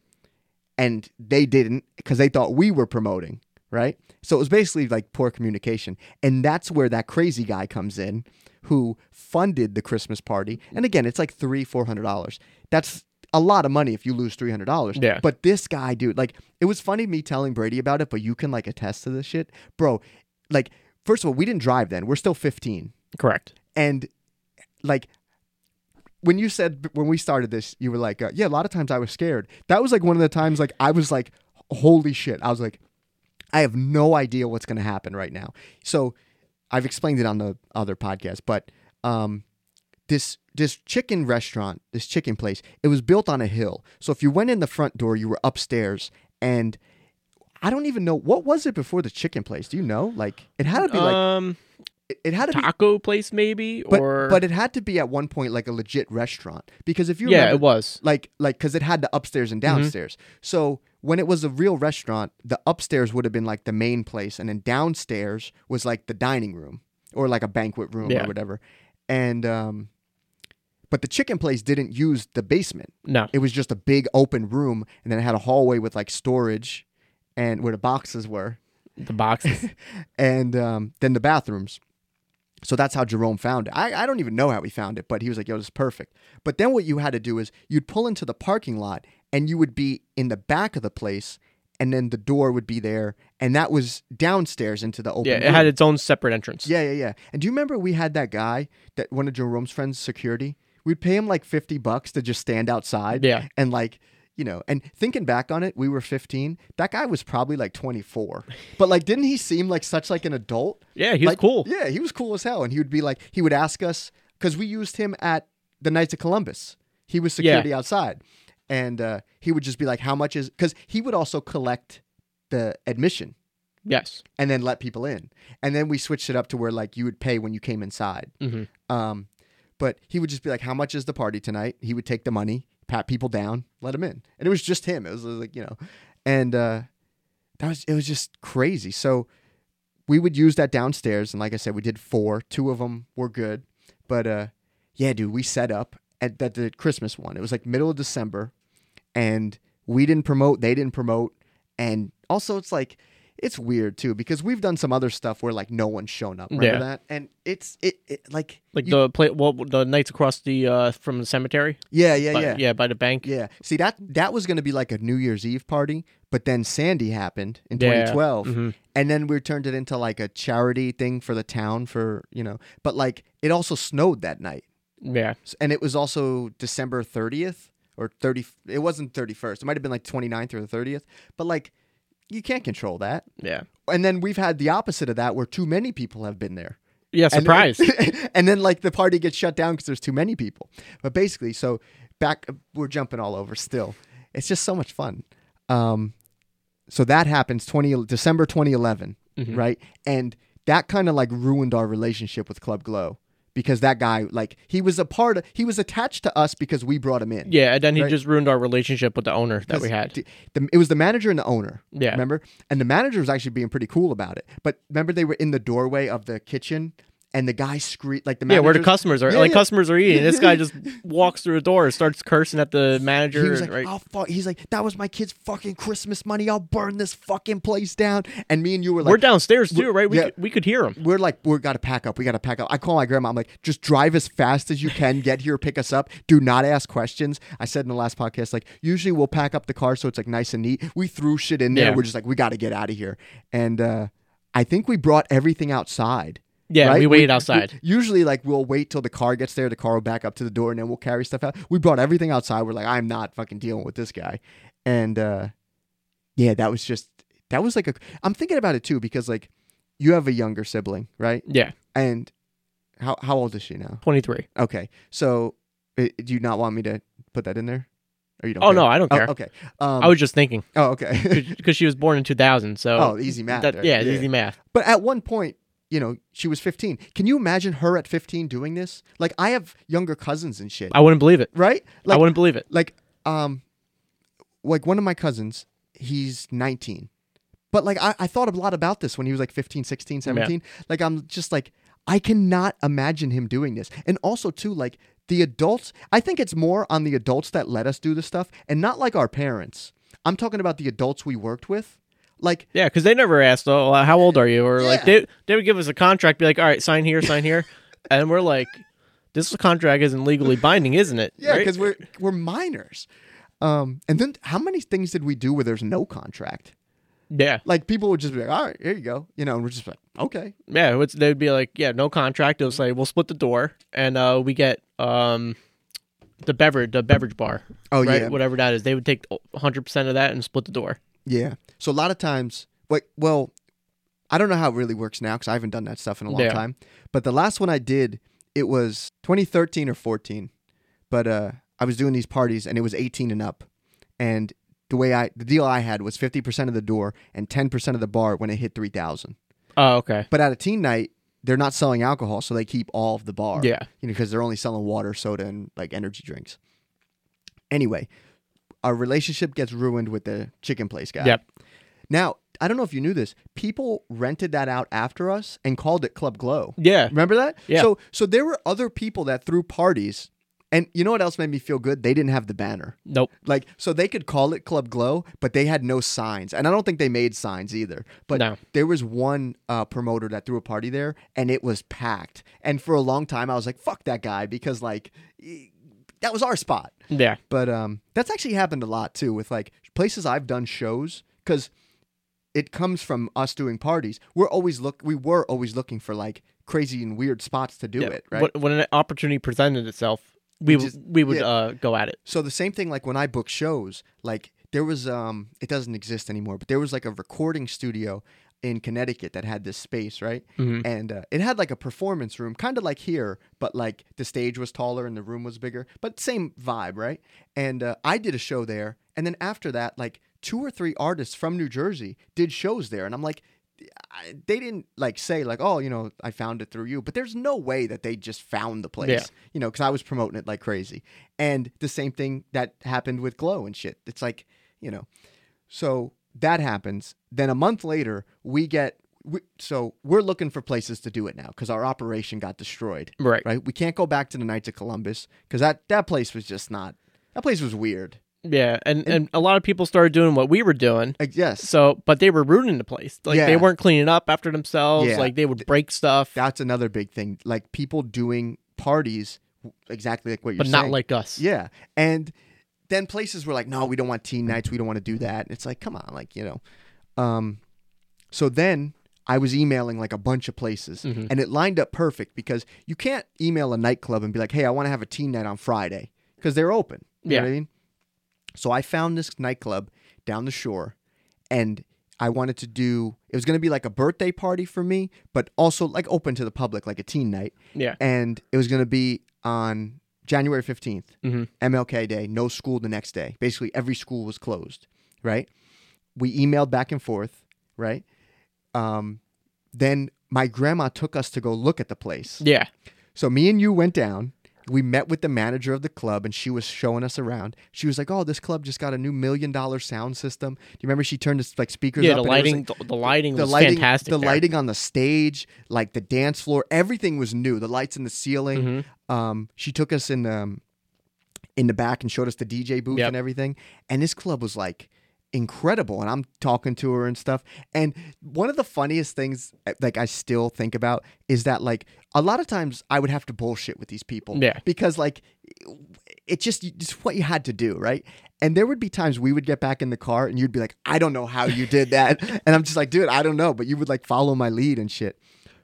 [SPEAKER 3] And they didn't because they thought we were promoting, right? So it was basically like poor communication. And that's where that crazy guy comes in who funded the Christmas party. And again, it's like three, four hundred dollars. That's a lot of money if you lose three hundred dollars.
[SPEAKER 2] Yeah.
[SPEAKER 3] But this guy, dude, like it was funny me telling Brady about it, but you can like attest to this shit. Bro, like, first of all, we didn't drive then. We're still fifteen
[SPEAKER 2] correct.
[SPEAKER 3] and like when you said when we started this you were like uh, yeah a lot of times i was scared that was like one of the times like i was like holy shit i was like i have no idea what's going to happen right now so i've explained it on the other podcast but um this this chicken restaurant this chicken place it was built on a hill so if you went in the front door you were upstairs and i don't even know what was it before the chicken place do you know like it had to be like
[SPEAKER 2] um,
[SPEAKER 3] it- it had to be
[SPEAKER 2] taco place maybe,
[SPEAKER 3] but,
[SPEAKER 2] or
[SPEAKER 3] but it had to be at one point like a legit restaurant because if you
[SPEAKER 2] yeah,
[SPEAKER 3] remember,
[SPEAKER 2] it was. Mm-hmm.
[SPEAKER 3] like like because it had the upstairs and downstairs. So when it was a real restaurant, the upstairs would have been like the main place, and then downstairs was like the dining room or like a banquet room
[SPEAKER 2] Yeah.
[SPEAKER 3] or whatever. And um, but the chicken place didn't use the basement.
[SPEAKER 2] No,
[SPEAKER 3] It was just a big open room, and then it had a hallway with like storage, and where the boxes were
[SPEAKER 2] the boxes.
[SPEAKER 3] and um, then the bathrooms. So that's how Jerome found it. I, I don't even know how he found it, but he was like, yo, this is perfect. But then what you had to do is you'd pull into the parking lot and you would be in the back of the place and then the door would be there. And that was downstairs into the open.
[SPEAKER 2] yeah, it
[SPEAKER 3] room.
[SPEAKER 2] had its own separate entrance.
[SPEAKER 3] Yeah, yeah, yeah. And do you remember we had that guy that one of Jerome's friends, security? We'd pay him like 50 bucks to just stand outside.
[SPEAKER 2] Yeah.
[SPEAKER 3] And like, you know, and thinking back on it, we were 15. That guy was probably like 24. But like, didn't he seem like such like an adult?
[SPEAKER 2] Yeah, he was
[SPEAKER 3] Like,
[SPEAKER 2] cool.
[SPEAKER 3] Yeah, he was cool as hell. And he would be like, he would ask us, because we used him at the Knights of Columbus. He was security outside. And uh, he would just be like, how much is, because he would also collect the admission
[SPEAKER 2] Yes.
[SPEAKER 3] and then let people in. And then we switched it up to where like you would pay when you came inside.
[SPEAKER 2] hmm
[SPEAKER 3] Um, but he would just be like, "How much is the party tonight?" He would take the money, pat people down, let them in, and it was just him. It was like you know, and uh, that was it was just crazy. So we would use that downstairs, and like I said, we did four. Two of them were good, but uh, yeah, dude, we set up at that the Christmas one. It was like middle of December, and we didn't promote, they didn't promote, and also it's like it's weird too because we've done some other stuff where like no one's shown up. Remember
[SPEAKER 2] Yeah.
[SPEAKER 3] that? And it's it, it like
[SPEAKER 2] Like
[SPEAKER 3] you-
[SPEAKER 2] the play, well, the nights across the uh from the cemetery.
[SPEAKER 3] yeah yeah
[SPEAKER 2] By-
[SPEAKER 3] yeah
[SPEAKER 2] yeah, by the bank.
[SPEAKER 3] Yeah. See that that was going to be like a New Year's Eve party, but then Sandy happened in
[SPEAKER 2] Yeah.
[SPEAKER 3] 2012,
[SPEAKER 2] Mhm.
[SPEAKER 3] and then we turned it into like a charity thing for the town for you know. But like it also snowed that night,
[SPEAKER 2] yeah.
[SPEAKER 3] S- and it was also December 30th or 30. It wasn't 31st. It might have been like 29th or the 30th. But like you can't control that.
[SPEAKER 2] Yeah.
[SPEAKER 3] And then we've had the opposite of that, where too many people have been there.
[SPEAKER 2] Yeah,
[SPEAKER 3] And-
[SPEAKER 2] surprise.
[SPEAKER 3] and then like the party gets shut down because there's too many people. But basically, so back we're jumping all over still. It's just so much fun. Um, so that happens 20 December 2011,
[SPEAKER 2] Mhm.
[SPEAKER 3] right? And that kind of like ruined our relationship with Club Glow because that guy like he was a part of he was attached to us because we brought him in.
[SPEAKER 2] yeah, and then he
[SPEAKER 3] Right.
[SPEAKER 2] just ruined our relationship with the owner that we had.
[SPEAKER 3] Because the- it was the manager and the owner.
[SPEAKER 2] Yeah.
[SPEAKER 3] Remember? And the manager was actually being pretty cool about it. But remember, they were in the doorway of the kitchen and the guy screamed, like the
[SPEAKER 2] Yeah,
[SPEAKER 3] manager.
[SPEAKER 2] where the customers are,
[SPEAKER 3] Yeah,
[SPEAKER 2] like
[SPEAKER 3] yeah.
[SPEAKER 2] customers are eating. This guy just walks through a door and starts cursing at the manager.
[SPEAKER 3] He was like, "Oh,
[SPEAKER 2] right?
[SPEAKER 3] I'll fuck. He's like, that was my kid's fucking Christmas money. I'll burn this fucking place down. And me and you were like,
[SPEAKER 2] we're downstairs too, right? We
[SPEAKER 3] yeah.
[SPEAKER 2] could, we could hear him.
[SPEAKER 3] we're like, we gotta pack up. We gotta pack up. I call my grandma. I'm like, just drive as fast as you can. Get here, pick us up. Do not ask questions. I said in the last podcast, like, usually we'll pack up the car so it's like nice and neat. We threw shit in there.
[SPEAKER 2] Yeah.
[SPEAKER 3] We're just like, we gotta get out of here. And uh, I think we brought everything outside.
[SPEAKER 2] Yeah,
[SPEAKER 3] right?
[SPEAKER 2] we waited outside.
[SPEAKER 3] usually, like, we'll wait till the car gets there. The car will back up to the door, and then we'll carry stuff out. We brought everything outside. We're like, I'm not fucking dealing with this guy. And uh, yeah, that was just that was like a. I'm thinking about it too because like, you have a younger sibling, right?
[SPEAKER 2] yeah,
[SPEAKER 3] And how how old is she now?
[SPEAKER 2] twenty three.
[SPEAKER 3] Okay, so i do you not want me to put that in there? Or you don't?
[SPEAKER 2] Oh
[SPEAKER 3] care?
[SPEAKER 2] no, I don't
[SPEAKER 3] Oh,
[SPEAKER 2] care.
[SPEAKER 3] okay. Um,
[SPEAKER 2] I was just thinking
[SPEAKER 3] oh okay.
[SPEAKER 2] because she was born in two thousand. So
[SPEAKER 3] oh, easy math.
[SPEAKER 2] that,
[SPEAKER 3] right?
[SPEAKER 2] yeah, easy math.
[SPEAKER 3] But at one point, you know, she was 15. Can you imagine her at 15 doing this? Like I have younger cousins and shit,
[SPEAKER 2] I wouldn't believe it.
[SPEAKER 3] right? Like
[SPEAKER 2] I wouldn't believe it.
[SPEAKER 3] like um like one of my cousins, he's 19. But like I, I thought a lot about this when he was like 15, 16, 17. Like I'm just like I cannot imagine him doing this. And also too like the adults, I think it's more on the adults that let us do this stuff and not like our parents. I'm talking about the adults we worked with. Like
[SPEAKER 2] Yeah, because they never asked, "Oh, uh, how old are you?" Or like
[SPEAKER 3] Yeah.
[SPEAKER 2] they they would give us a contract, be like, "All right, sign here, sign here," and we're like, "This contract isn't legally binding, isn't it?"
[SPEAKER 3] Yeah,
[SPEAKER 2] Right?
[SPEAKER 3] because we're we're minors. Um, and then how many things did we do where there's no contract?
[SPEAKER 2] yeah,
[SPEAKER 3] Like people would just be like, "All right, here you go," you know, and we're just like, "Okay."
[SPEAKER 2] yeah. It's, they'd be like, "Yeah, no contract." They'll say, "We'll split the door, and uh, we get um, the beverage, the beverage bar,
[SPEAKER 3] Oh,
[SPEAKER 2] right,
[SPEAKER 3] yeah.
[SPEAKER 2] whatever that is." They would take 100 percent of that and split the door.
[SPEAKER 3] Yeah. So a lot of times, like, well, I don't know how it really works now because I haven't done that stuff in a long
[SPEAKER 2] Yeah.
[SPEAKER 3] time. But the last one I did, it was 2013 or 14, but uh, I was doing these parties and it was 18 and up, and the way I the deal I had was 50% of the door and 10% of the bar when it hit 3,000.
[SPEAKER 2] Oh, okay.
[SPEAKER 3] But at a teen night, they're not selling alcohol, so they keep all of the bar.
[SPEAKER 2] Yeah.
[SPEAKER 3] You know, because they're only selling water, soda, and like energy drinks. Anyway, our relationship gets ruined with the chicken place guy.
[SPEAKER 2] Yep.
[SPEAKER 3] Now, I don't know if you knew this. People rented that out after us and called it Club Glow.
[SPEAKER 2] Yeah.
[SPEAKER 3] Remember that?
[SPEAKER 2] Yeah.
[SPEAKER 3] So so there were other people that threw parties. And you know what else made me feel good? They didn't have the banner.
[SPEAKER 2] Nope.
[SPEAKER 3] Like so they could call it Club Glow, but they had no signs. And I don't think they made signs either. But
[SPEAKER 2] No.
[SPEAKER 3] there was one uh, promoter that threw a party there and it was packed. And for a long time I was like, fuck that guy because like e- that was our spot.
[SPEAKER 2] Yeah.
[SPEAKER 3] But um that's actually happened a lot too with like places I've done shows cuz it comes from us doing parties. We're always look we were always looking for like crazy and weird spots to do
[SPEAKER 2] yeah.
[SPEAKER 3] it, right?
[SPEAKER 2] When, when an opportunity presented itself, we
[SPEAKER 3] just-
[SPEAKER 2] would we would
[SPEAKER 3] yeah.
[SPEAKER 2] uh, go at it.
[SPEAKER 3] So the same thing like when I book shows, like there was um it doesn't exist anymore, but there was like a recording studio in Connecticut that had this space, right?
[SPEAKER 2] Mm-hmm.
[SPEAKER 3] And uh, it had like a performance room, kind of like here, but like the stage was taller and the room was bigger, but same vibe, right? And uh, I did a show there, and then after that, like two or three artists from New Jersey did shows there, and I'm like. I, they didn't like say like oh you know I found it through you but there's no way that they just found the place
[SPEAKER 2] Yeah.
[SPEAKER 3] you know, because I was promoting it like crazy. And the same thing that happened with Glow and shit. It's like, you know, so that happens. Then a month later, we get, we, so we're looking for places to do it now because our operation got destroyed,
[SPEAKER 2] Right.
[SPEAKER 3] right? We can't go back to the Knights of Columbus because that, that place was just not, that place was weird.
[SPEAKER 2] yeah, and and a lot of people started doing what we were doing.
[SPEAKER 3] Like, yes.
[SPEAKER 2] So, but they were ruining the place. Like
[SPEAKER 3] Yeah.
[SPEAKER 2] they weren't cleaning up after themselves.
[SPEAKER 3] Yeah.
[SPEAKER 2] Like they would break stuff,
[SPEAKER 3] That's another big thing. Like people doing parties exactly like what you're
[SPEAKER 2] but not
[SPEAKER 3] saying.
[SPEAKER 2] like us.
[SPEAKER 3] Yeah. And then places were like, no, we don't want teen nights. We don't want to do that. It's like, come on, like, you know. Um, so then I was emailing like a bunch of places and it lined up perfect because you can't email a nightclub and be like, hey, I want to have a teen night on Friday because they're open. You know
[SPEAKER 2] Yeah.
[SPEAKER 3] what I mean? So I found this nightclub down the shore and I wanted to do it was going to be like a birthday party for me, but also like open to the public, like a teen night
[SPEAKER 2] yeah.
[SPEAKER 3] and it was going to be on January 15th,
[SPEAKER 2] Mhm.
[SPEAKER 3] MLK Day, no school the next day. Basically, every school was closed, right? We emailed back and forth, right? Um, then my grandma took us to go look at the place.
[SPEAKER 2] Yeah.
[SPEAKER 3] So me and you went down. We met with the manager of the club and she was showing us around. She was like, Oh, this club just got a new million dollar sound system. Do you remember she turned this like speakers
[SPEAKER 2] Yeah,
[SPEAKER 3] up?
[SPEAKER 2] the
[SPEAKER 3] and it was, like,
[SPEAKER 2] lighting, the, the lighting was fantastic.
[SPEAKER 3] the
[SPEAKER 2] there.
[SPEAKER 3] lighting on the stage, like the dance floor, everything was new. The lights in the ceiling.
[SPEAKER 2] Mm-hmm.
[SPEAKER 3] Um, she took us in the in the back and showed us the DJ booth
[SPEAKER 2] Yep.
[SPEAKER 3] and everything. And this club was like incredible. And I'm talking to her and stuff. And one of the funniest things, uh, like I still think about, is that like a lot of times I would have to bullshit with these people.
[SPEAKER 2] Yeah.
[SPEAKER 3] because like eh, it just just what you had to do, right? And there would be times we would get back in the car and you'd be like, I don't know how you did that. and I'm just like, dude, I don't know. But you would like follow my lead and shit.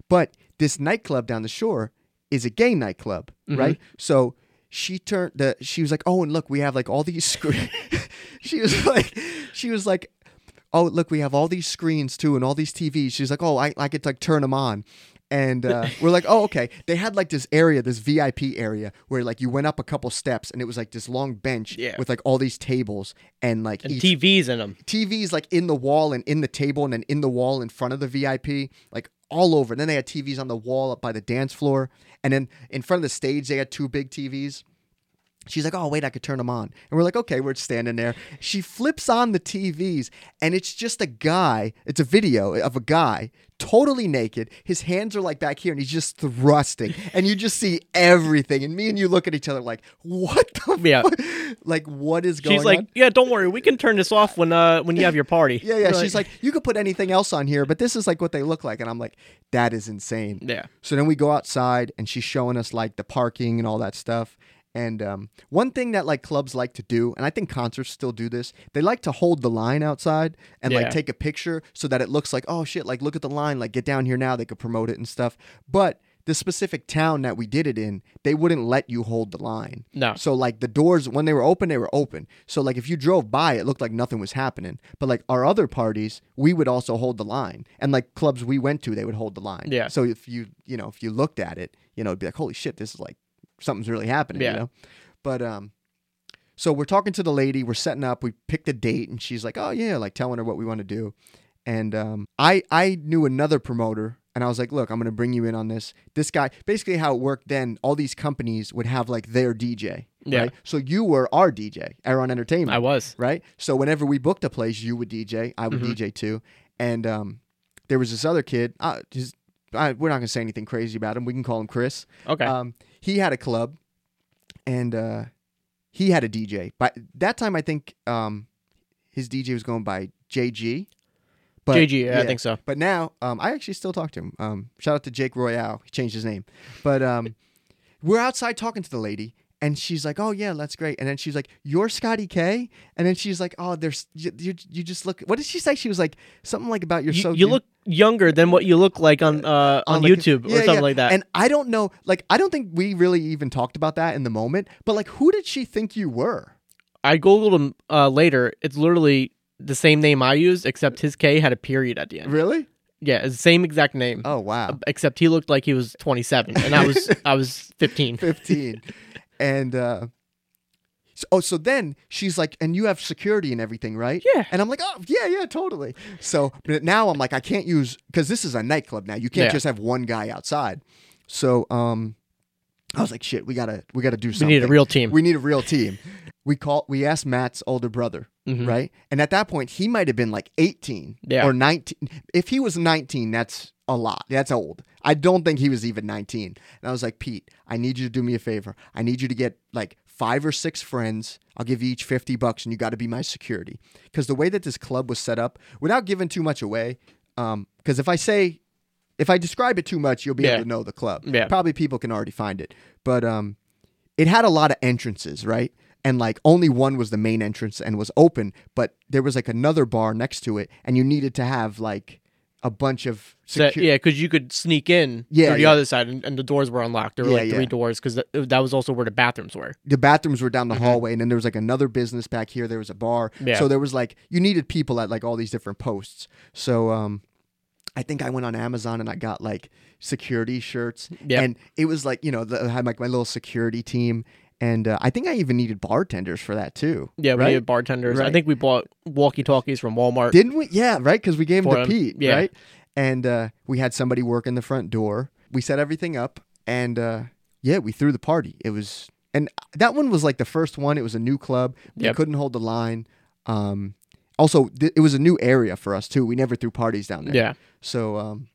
[SPEAKER 3] But this nightclub down the shore is a gay nightclub,
[SPEAKER 2] Mm-hmm.
[SPEAKER 3] right? So she turned the she was like, Oh, and look, we have like all these screens. she was like she was like Oh, look, we have all these screens too and all these TVs. She's like, Oh, I, I could like turn them on. And uh, we're like, oh, okay. They had like this area, this VIP area, where like you went up a couple steps and it was like this long bench
[SPEAKER 2] Yeah.
[SPEAKER 3] with like all these tables and like
[SPEAKER 2] and
[SPEAKER 3] each
[SPEAKER 2] TVs in them.
[SPEAKER 3] TVs like in the wall and in the table and then in the wall in front of the VIP, like all over. And then they had TVs on the wall up by the dance floor. And then in front of the stage, they had two big TVs. She's like, oh, wait, I could turn them on. And we're like, okay, we're standing there. She flips on the TVs, and it's just a guy. It's a video of a guy totally naked. His hands are like back here, and he's just thrusting. And you just see everything. And me and you look at each other like, what the
[SPEAKER 2] Yeah.
[SPEAKER 3] fuck? Like, what is going
[SPEAKER 2] She's like,
[SPEAKER 3] on?
[SPEAKER 2] yeah, don't worry, we can turn this off when uh when you have your party.
[SPEAKER 3] Yeah, yeah.
[SPEAKER 2] We're
[SPEAKER 3] She's like, you could put anything else on here, but this is like what they look like. And I'm like, that is insane.
[SPEAKER 2] yeah,
[SPEAKER 3] So then we go outside and she's showing us like the parking and all that stuff. And um, one thing that like clubs like to do, and I think concerts still do this, they like to hold the line outside and
[SPEAKER 2] Yeah.
[SPEAKER 3] like take a picture so that it looks like, oh shit, like look at the line, like get down here now. They could promote it and stuff. But the specific town that we did it in, they wouldn't let you hold the line.
[SPEAKER 2] No.
[SPEAKER 3] So like the doors when they were open, they were open. So like if you drove by, it looked like nothing was happening. But like our other parties, we would also hold the line. And like clubs we went to, they would hold the line.
[SPEAKER 2] Yeah.
[SPEAKER 3] So if you you know if you looked at it, you know it'd be like holy shit, this is like something's really happening.
[SPEAKER 2] Yeah.
[SPEAKER 3] You know. But um, so we're talking to the lady, we're setting up, we picked a date, and she's like, oh yeah, like telling her what we want to do. And um, I I knew another promoter, and I was like, look, I'm gonna bring you in on this. This guy, basically how it worked then, all these companies would have like their DJ.
[SPEAKER 2] Yeah.
[SPEAKER 3] Right? So you were our DJ, Aaron Entertainment
[SPEAKER 2] I was.
[SPEAKER 3] right? So whenever we booked a place, you would DJ, I would
[SPEAKER 2] Mm-hmm.
[SPEAKER 3] DJ too, and um, there was this other kid. Uh, his, I, we're not gonna say anything crazy about him. We can call him Chris.
[SPEAKER 2] Okay.
[SPEAKER 3] Um, he had a club, and uh, he had a DJ. By that time, I think um, his DJ was going by JG. But,
[SPEAKER 2] JG, yeah, I think so.
[SPEAKER 3] But now, um, I actually still talk to him. Um, shout out to Jake Royale. He changed his name, but um, we're outside talking to the lady. And she's like, "Oh yeah, that's great." And then she's like, "You're Scotty K." And then she's like, "Oh, there's you, you. You just look. What did she say? She was like something like about you're
[SPEAKER 2] you,
[SPEAKER 3] so
[SPEAKER 2] you
[SPEAKER 3] you-
[SPEAKER 2] look younger than what you look like on uh, on,
[SPEAKER 3] like-
[SPEAKER 2] YouTube
[SPEAKER 3] yeah,
[SPEAKER 2] or something
[SPEAKER 3] yeah.
[SPEAKER 2] like that.
[SPEAKER 3] And I don't know, like I don't think we really even talked about that in the moment. But like, who did she think you were?
[SPEAKER 2] I googled him uh, later. It's literally the same name I used, except his K had a period at the end.
[SPEAKER 3] Really?
[SPEAKER 2] Yeah, it's the same exact name, uh,
[SPEAKER 3] Oh wow,
[SPEAKER 2] except he looked like he was 27, and I was I was 15.
[SPEAKER 3] fifteen. and uh, so, oh, so then she's like, and you have security and everything, right?
[SPEAKER 2] Yeah.
[SPEAKER 3] And I'm like, oh yeah, yeah, totally. So but now I'm like, I can't use because this is a nightclub now. You can't
[SPEAKER 2] Yeah.
[SPEAKER 3] just have one guy outside. So um, I was like, shit, we gotta we gotta do
[SPEAKER 2] We
[SPEAKER 3] something.
[SPEAKER 2] need a real team.
[SPEAKER 3] We need a real team. We call we asked Matt's older brother,
[SPEAKER 2] Mhm.
[SPEAKER 3] right? And at that point, he might have been like 18
[SPEAKER 2] Yeah.
[SPEAKER 3] or 19. If he was 19, that's a lot. That's old. I don't think he was even 19. And I was like, "Pete, I need you to do me a favor. I need you to get like five or six friends. I'll give you each 50 bucks and you got to be my security. Because the way that this club was set up, without giving too much away, because if I say, if I describe it too much, you'll be
[SPEAKER 2] Yeah.
[SPEAKER 3] able to know the club.
[SPEAKER 2] Yeah.
[SPEAKER 3] Probably people can already find it. But um, it had a lot of entrances, right? And like only one was the main entrance and was open, but there was like another bar next to it, and you needed to have like a bunch of
[SPEAKER 2] That-
[SPEAKER 3] secu-
[SPEAKER 2] yeah, because you could sneak in
[SPEAKER 3] Yeah,
[SPEAKER 2] through the
[SPEAKER 3] yeah.
[SPEAKER 2] other side, and, and the doors were unlocked. There were
[SPEAKER 3] Yeah,
[SPEAKER 2] like
[SPEAKER 3] yeah.
[SPEAKER 2] three doors because that, that was also where the bathrooms were.
[SPEAKER 3] the bathrooms were down the hallway, and then there was like another business back here. There was a bar,
[SPEAKER 2] Mm-hmm. Yeah.
[SPEAKER 3] so there was like you needed people at like all these different posts. So um, I think I went on Amazon and I got like security shirts,
[SPEAKER 2] Yep.
[SPEAKER 3] and it was like you know the, I had like my little security team, and uh, I think I even needed bartenders for that too.
[SPEAKER 2] Yeah,
[SPEAKER 3] right?
[SPEAKER 2] we had bartenders. I
[SPEAKER 3] Right.
[SPEAKER 2] think we bought walkie talkies from Walmart.
[SPEAKER 3] Didn't we? Yeah, right. Because we gave him
[SPEAKER 2] For
[SPEAKER 3] to
[SPEAKER 2] him,
[SPEAKER 3] Pete,
[SPEAKER 2] yeah.
[SPEAKER 3] right? And uh, we had somebody work in the front door. We set everything up, and uh, yeah, we threw the party. It was, and that one was like the first one. It was a new club. We
[SPEAKER 2] Yep.
[SPEAKER 3] couldn't hold the line. Um, also, th- it was a new area for us too. We never threw parties down there.
[SPEAKER 2] Yeah.
[SPEAKER 3] So, um,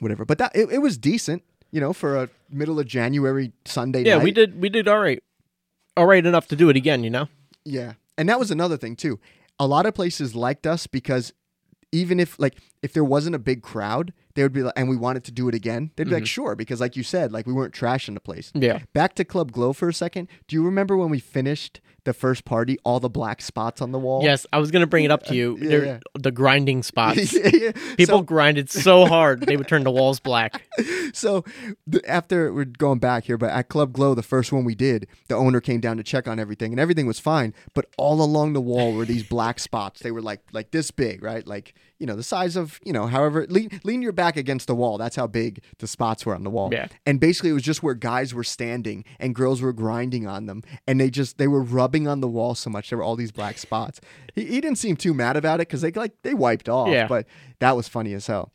[SPEAKER 3] whatever. But that it, it was decent, you know, for a middle of January Sunday.
[SPEAKER 2] yeah,
[SPEAKER 3] night.
[SPEAKER 2] we did. We did all right, all right enough to do it again. You know.
[SPEAKER 3] Yeah. And that was another thing too. A lot of places liked us because even if like if there wasn't a big crowd, they would be like and we wanted to do it again, they'd be
[SPEAKER 2] Mm-hmm.
[SPEAKER 3] like, sure, because like you said, like we weren't trashing the place.
[SPEAKER 2] Yeah.
[SPEAKER 3] Back to Club Glow for a second. Do you remember when we finished the first party, all the black spots on the wall?
[SPEAKER 2] Yes, I was gonna bring it up to you.
[SPEAKER 3] Yeah,
[SPEAKER 2] They're-
[SPEAKER 3] yeah.
[SPEAKER 2] The grinding spots.
[SPEAKER 3] Yeah, yeah.
[SPEAKER 2] People grinded so hard they would turn the walls black.
[SPEAKER 3] so th- after we're going back here, but at Club Glow, the first one we did, the owner came down to check on everything, and everything was fine. But all along the wall were these black spots. They were like like this big, right? Like you know the size of you know however lean lean your back against the wall. That's how big the spots were on the wall.
[SPEAKER 2] Yeah.
[SPEAKER 3] And basically, it was just where guys were standing and girls were grinding on them, and they just they were rubbing on the wall so much. There were all these black spots. He, he didn't seem too mad about it because they like they wiped off.
[SPEAKER 2] Yeah.
[SPEAKER 3] But that was funny as hell.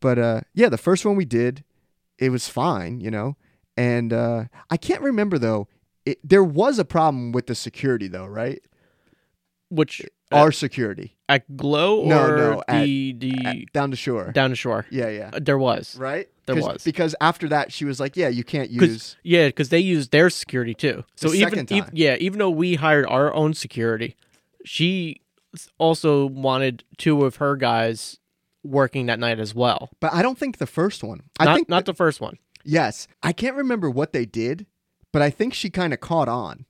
[SPEAKER 3] But uh, yeah, the first one we did, it was fine, you know. And uh, I can't remember though. It, there was a problem with the security though, right?
[SPEAKER 2] Which
[SPEAKER 3] Our security
[SPEAKER 2] at Glow or
[SPEAKER 3] No, no, at-
[SPEAKER 2] the the
[SPEAKER 3] at- down the shore.
[SPEAKER 2] down the shore?
[SPEAKER 3] yeah, yeah,
[SPEAKER 2] Uh, There was.
[SPEAKER 3] right.
[SPEAKER 2] There
[SPEAKER 3] 'Cause-
[SPEAKER 2] was.
[SPEAKER 3] because after that she was like, yeah, you can't use.
[SPEAKER 2] Cause, yeah, because they used their security too. So
[SPEAKER 3] The
[SPEAKER 2] even,
[SPEAKER 3] second
[SPEAKER 2] ev-
[SPEAKER 3] time.
[SPEAKER 2] yeah, even though we hired our own security, she s- also wanted two of her guys working that night as well.
[SPEAKER 3] But I don't think the first one.
[SPEAKER 2] Not
[SPEAKER 3] I think
[SPEAKER 2] not the first one.
[SPEAKER 3] yes. I can't remember what they did, but I think she kind of caught on.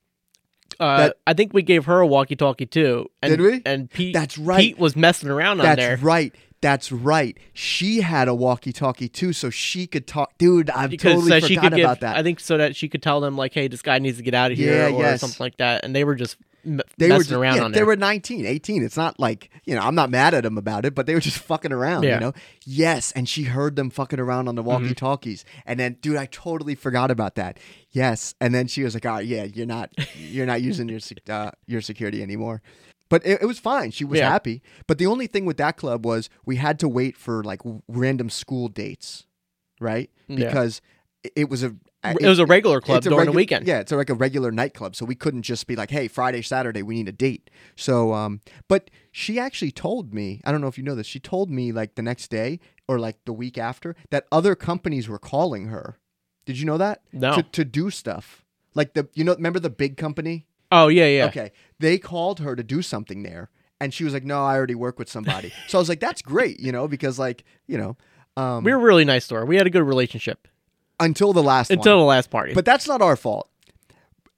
[SPEAKER 2] Uh,
[SPEAKER 3] That-
[SPEAKER 2] I think we gave her a walkie-talkie too. And,
[SPEAKER 3] Did we?
[SPEAKER 2] And Pete.
[SPEAKER 3] That's right.
[SPEAKER 2] Pete was messing around on
[SPEAKER 3] That's
[SPEAKER 2] there.
[SPEAKER 3] right. That's right. She had a walkie-talkie too, so she could talk. Dude, I've totally
[SPEAKER 2] uh,
[SPEAKER 3] forgot
[SPEAKER 2] she could give,
[SPEAKER 3] about that.
[SPEAKER 2] I think so that she could tell them like, "Hey, this guy needs to get out of here,"
[SPEAKER 3] Yeah,
[SPEAKER 2] or
[SPEAKER 3] yes.
[SPEAKER 2] something like that. And they were just m-
[SPEAKER 3] they
[SPEAKER 2] messing
[SPEAKER 3] were just,
[SPEAKER 2] around
[SPEAKER 3] yeah,
[SPEAKER 2] on
[SPEAKER 3] they
[SPEAKER 2] there.
[SPEAKER 3] were 19 18 it's not like you know i'm not mad at them about it but they were just fucking around
[SPEAKER 2] Yeah. Mm-hmm.
[SPEAKER 3] you know yes and she heard them fucking around on the walkie talkies and then dude i totally forgot about that yes and then she was like all right yeah you're not you're not using your sec- uh, your security anymore but it, it was fine she was
[SPEAKER 2] Yeah.
[SPEAKER 3] happy but the only thing with that club was we had to wait for like w- random school dates right
[SPEAKER 2] Yeah.
[SPEAKER 3] because it- it was a
[SPEAKER 2] it was a regular club
[SPEAKER 3] it's a
[SPEAKER 2] during the
[SPEAKER 3] regu-
[SPEAKER 2] weekend.
[SPEAKER 3] Yeah, it's like a regular nightclub, so we couldn't just be like, "Hey, Friday, Saturday, we need a date." So, um, but she actually told me, I don't know if you know this, she told me like the next day or like the week after that other companies were calling her. Did you know that?
[SPEAKER 2] No.
[SPEAKER 3] To, to do stuff like the you know remember the big company?
[SPEAKER 2] Oh yeah, yeah.
[SPEAKER 3] Okay, they called her to do something there, and she was like, "No, I already work with somebody." so I was like, "That's great," you know, because like you know, um,
[SPEAKER 2] We were really nice to her. We had a good relationship
[SPEAKER 3] until the last one.
[SPEAKER 2] until the last party.
[SPEAKER 3] But that's not our fault.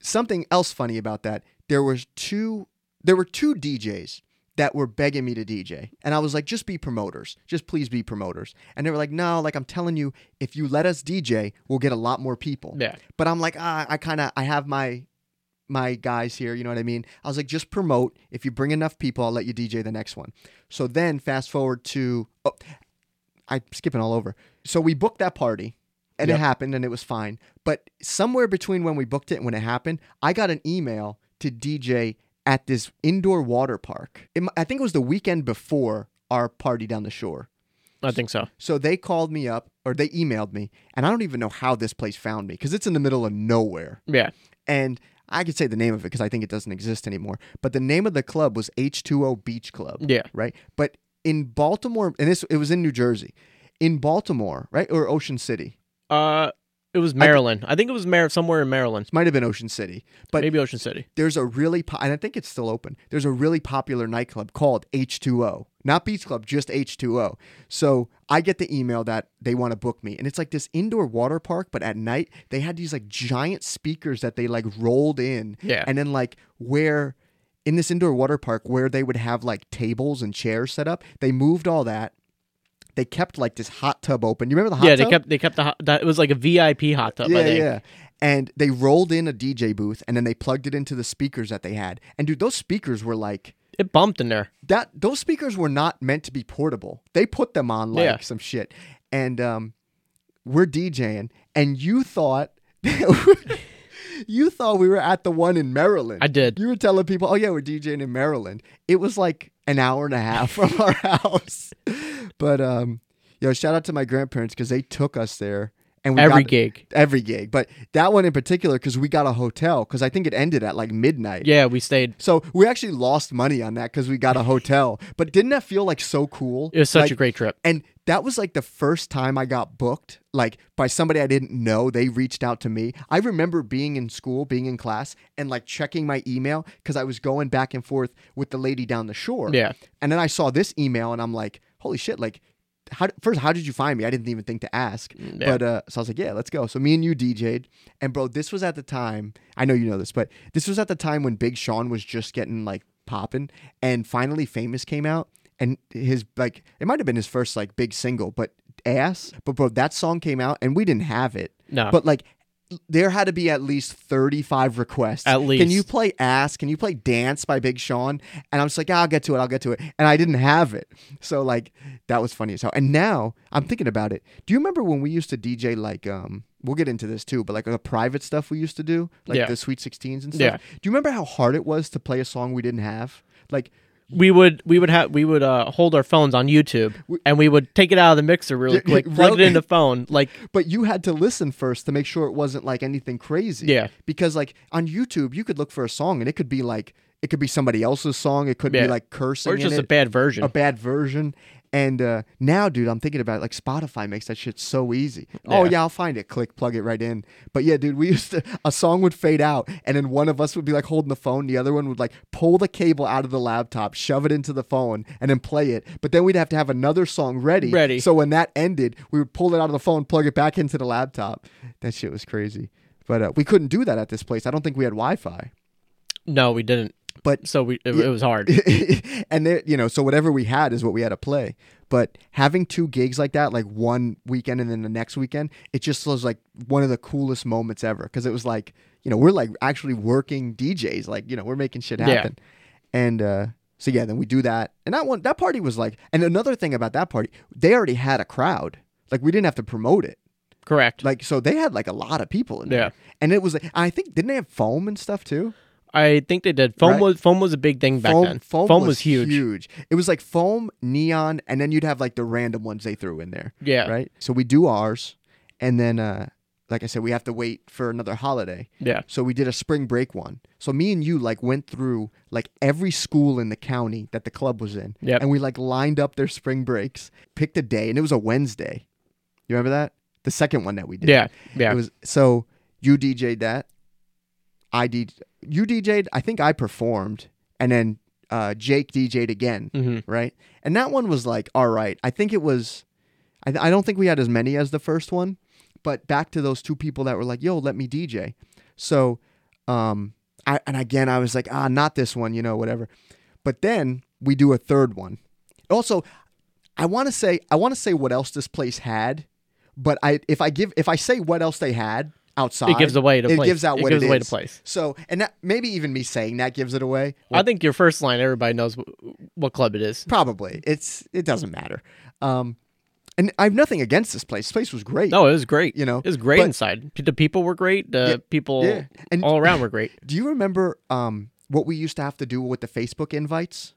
[SPEAKER 3] Something else funny about that, there was two there were two DJs that were begging me to DJ. And I was like, just be promoters. Just please be promoters. And they were like, no, like I'm telling you, if you let us DJ, we'll get a lot more people.
[SPEAKER 2] yeah,
[SPEAKER 3] But I'm like, ah, I kinda I have my my guys here, you know what I mean? I was like, just promote. If you bring enough people, I'll let you DJ the next one. So then fast forward to oh, I'm skipping all over. So we booked that party and
[SPEAKER 2] Yep.
[SPEAKER 3] it happened and it was fine. But somewhere between when we booked it and when it happened, I got an email to DJ at this indoor water park. It, mi- I think it was the weekend before our party down the shore.
[SPEAKER 2] I think so.
[SPEAKER 3] So they called me up or they emailed me, and I don't even know how this place found me because it's in the middle of nowhere.
[SPEAKER 2] Yeah.
[SPEAKER 3] And I could say the name of it because I think it doesn't exist anymore. But the name of the club was H2O Beach Club
[SPEAKER 2] Yeah.
[SPEAKER 3] right? But in Baltimore, and this it was in New Jersey, in Baltimore, right, or Ocean City.
[SPEAKER 2] Uh, It was Maryland. I, think it was Mar- somewhere in Maryland,
[SPEAKER 3] Might have been Ocean City, but
[SPEAKER 2] maybe Ocean City.
[SPEAKER 3] there's a really po- and I think it's still open. There's a really popular nightclub called H2O, not Beach Club, just H2O. So I get the email that they want to book me, and it's like this indoor water park, but at night they had these like giant speakers that they like rolled in,
[SPEAKER 2] Yeah.
[SPEAKER 3] and then like where in this indoor water park where they would have like tables and chairs set up, they moved all that. They kept like this hot tub open. You remember the hot
[SPEAKER 2] yeah,
[SPEAKER 3] tub?
[SPEAKER 2] they kept they kept the hot, that it was like a VIP hot tub. I
[SPEAKER 3] Yeah,
[SPEAKER 2] think.
[SPEAKER 3] yeah. And they rolled in a DJ booth and then they plugged it into the speakers that they had. And dude, those speakers were like
[SPEAKER 2] It bumped in there.
[SPEAKER 3] that those speakers were not meant to be portable. They put them on like
[SPEAKER 2] Yeah.
[SPEAKER 3] some shit. And um we're DJing and you thought you thought we were at the one in Maryland.
[SPEAKER 2] I did.
[SPEAKER 3] You were telling people, "Oh yeah, we're DJing in Maryland." It was like an hour and a half from our house. But um yo, shout out to my grandparents cuz they took us there and we
[SPEAKER 2] Every
[SPEAKER 3] got,
[SPEAKER 2] gig.
[SPEAKER 3] every gig, but that one in particular because we got a hotel because I think it ended at like midnight.
[SPEAKER 2] Yeah, we stayed.
[SPEAKER 3] So we actually lost money on that because we got a hotel. But didn't that feel like so cool?
[SPEAKER 2] It was such
[SPEAKER 3] Like-
[SPEAKER 2] a great trip.
[SPEAKER 3] And that was like the first time I got booked, like by somebody I didn't know. They reached out to me. I remember being in school, being in class, and like checking my email because I was going back and forth with the lady down the shore.
[SPEAKER 2] Yeah.
[SPEAKER 3] And then I saw this email and I'm like, holy shit, like, how, first, how did you find me? I didn't even think to ask.
[SPEAKER 2] Mm,
[SPEAKER 3] But uh, so I was like, yeah, let's go. So me and you DJ'd. And bro, this was at the time, I know you know this, but this was at the time when Big Sean was just getting like popping. And finally, Famous came out. And his, like, it might have been his first like big single, but ass. But bro, that song came out and we didn't have it.
[SPEAKER 2] No.
[SPEAKER 3] But like, there had to be at least 35 requests.
[SPEAKER 2] At
[SPEAKER 3] Can you
[SPEAKER 2] least.
[SPEAKER 3] play ass can you play dance by big sean and i'm just like "Ah, i'll get to it i'll get to it and i didn't have it so like that was funny as hell and now i'm thinking about it do you remember when we used to dj like um we'll get into this too but like the private stuff we used to do like
[SPEAKER 2] Yeah.
[SPEAKER 3] the sweet 16s and stuff
[SPEAKER 2] Yeah.
[SPEAKER 3] do you remember how hard it was to play a song we didn't have like
[SPEAKER 2] we would we would have we would uh, hold our phones on YouTube and we would take it out of the mixer really
[SPEAKER 3] Yeah,
[SPEAKER 2] quick, plug it
[SPEAKER 3] really?
[SPEAKER 2] in the phone. Like
[SPEAKER 3] but you had to listen first to make sure it wasn't like anything crazy
[SPEAKER 2] Yeah.
[SPEAKER 3] because like on youtube you could look for a song and it could be like it could be somebody else's song it could
[SPEAKER 2] Yeah.
[SPEAKER 3] be like cursing
[SPEAKER 2] or
[SPEAKER 3] in
[SPEAKER 2] just
[SPEAKER 3] it.
[SPEAKER 2] a bad version.
[SPEAKER 3] a bad version. And uh, now, dude, I'm thinking about it, like Spotify makes that shit so easy. Oh
[SPEAKER 2] Yeah.
[SPEAKER 3] yeah, I'll find it. Click, plug it right in. But yeah, dude, we used to a song would fade out, and then one of us would be like holding the phone, the other one would like pull the cable out of the laptop, shove it into the phone, and then play it. But then we'd have to have another song ready.
[SPEAKER 2] Ready.
[SPEAKER 3] So when that ended, we would pull it out of the phone, plug it back into the laptop. That shit was crazy. But uh, we couldn't do that at this place. I don't think we had Wi-Fi.
[SPEAKER 2] no, we didn't.
[SPEAKER 3] But
[SPEAKER 2] So we it, it was hard.
[SPEAKER 3] and there, you know, so whatever we had is what we had to play. But having two gigs like that, like one weekend and then the next weekend, it just was like one of the coolest moments ever because it was like, you know, we're like actually working DJs, like you know, we're making shit
[SPEAKER 2] Yeah.
[SPEAKER 3] happen. And uh, so yeah, then we do that, and that one, that party was like, and another thing about that party, they already had a crowd, like we didn't have to promote it.
[SPEAKER 2] Correct.
[SPEAKER 3] Like so, they had like a lot of people in
[SPEAKER 2] Yeah.
[SPEAKER 3] there, and it was like I think didn't they have foam and stuff too?
[SPEAKER 2] I think they did. Foam
[SPEAKER 3] Right.
[SPEAKER 2] was foam was a big thing back
[SPEAKER 3] foam,
[SPEAKER 2] then.
[SPEAKER 3] Foam, was,
[SPEAKER 2] huge.
[SPEAKER 3] It was like foam, neon, and then you'd have like the random ones they threw in there.
[SPEAKER 2] Yeah.
[SPEAKER 3] Right. So we do ours, and then uh, like I said, we have to wait for another holiday.
[SPEAKER 2] Yeah.
[SPEAKER 3] So we did a spring break one. So me and you like went through like every school in the county that the club was in,
[SPEAKER 2] Yep.
[SPEAKER 3] and we like lined up their spring breaks, picked a day, and it was a Wednesday. You remember that? The second one that we did.
[SPEAKER 2] Yeah. Yeah.
[SPEAKER 3] It was so you DJ'd that. I did you DJ'd, I think I performed, and then uh, Jake DJ'd again,
[SPEAKER 2] Mhm.
[SPEAKER 3] right? And that one was like, all right. I think it was I, I don't think we had as many as the first one, but back to those two people that were like, yo, let me DJ. So um I and again I was like, ah, not this one, you know, whatever. But then we do a third one. Also, I want to say I want to say what else this place had, but I if I give if I say what else they had outside,
[SPEAKER 2] It gives away the
[SPEAKER 3] it
[SPEAKER 2] place.
[SPEAKER 3] gives out
[SPEAKER 2] It
[SPEAKER 3] what
[SPEAKER 2] gives
[SPEAKER 3] it
[SPEAKER 2] away the
[SPEAKER 3] is.
[SPEAKER 2] place.
[SPEAKER 3] So and that maybe even me saying that gives it away.
[SPEAKER 2] I think your first line, everybody knows wh- what club it is.
[SPEAKER 3] Probably it's it doesn't matter. Um, and I have nothing against this place. This place was great.
[SPEAKER 2] No, it was great.
[SPEAKER 3] You know,
[SPEAKER 2] it was great
[SPEAKER 3] but-
[SPEAKER 2] inside. P- The people were great. The
[SPEAKER 3] Yeah,
[SPEAKER 2] people
[SPEAKER 3] yeah. And-
[SPEAKER 2] all around were great.
[SPEAKER 3] Do you remember um what we used to have to do with the Facebook invites?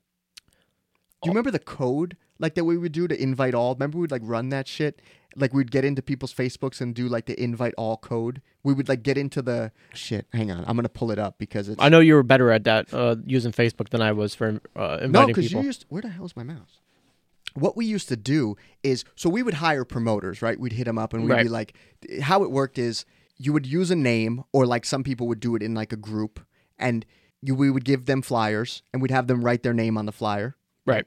[SPEAKER 3] Do you remember the code like that we would do to invite all? Remember we'd like run that shit. Like we'd get into people's Facebooks and do like the invite all code. We would like get into the shit. Hang on, I'm gonna pull it up because it's
[SPEAKER 2] I know you were better at that uh, using Facebook than I was for uh,
[SPEAKER 3] no,
[SPEAKER 2] inviting
[SPEAKER 3] because you
[SPEAKER 2] people.
[SPEAKER 3] used where the hell's my mouse? what we used to do is so we would hire promoters, right? We'd hit them up and we'd be
[SPEAKER 2] Right.
[SPEAKER 3] like, how it worked is you would use a name, or like some people would do it in like a group, and you, we would give them flyers and we'd have them write their name on the flyer.
[SPEAKER 2] Right.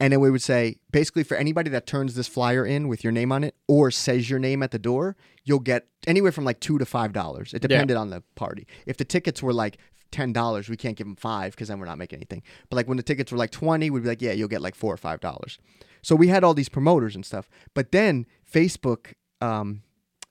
[SPEAKER 3] And then we would say, basically, for anybody that turns this flyer in with your name on it or says your name at the door, you'll get anywhere from like two to five dollars. It depended on the party. If the tickets were like ten dollars, we can't give them five because then we're not making anything. But like when the tickets were like twenty, we'd be like, yeah, you'll get like four or five dollars. So we had all these promoters and stuff. But then Facebook um,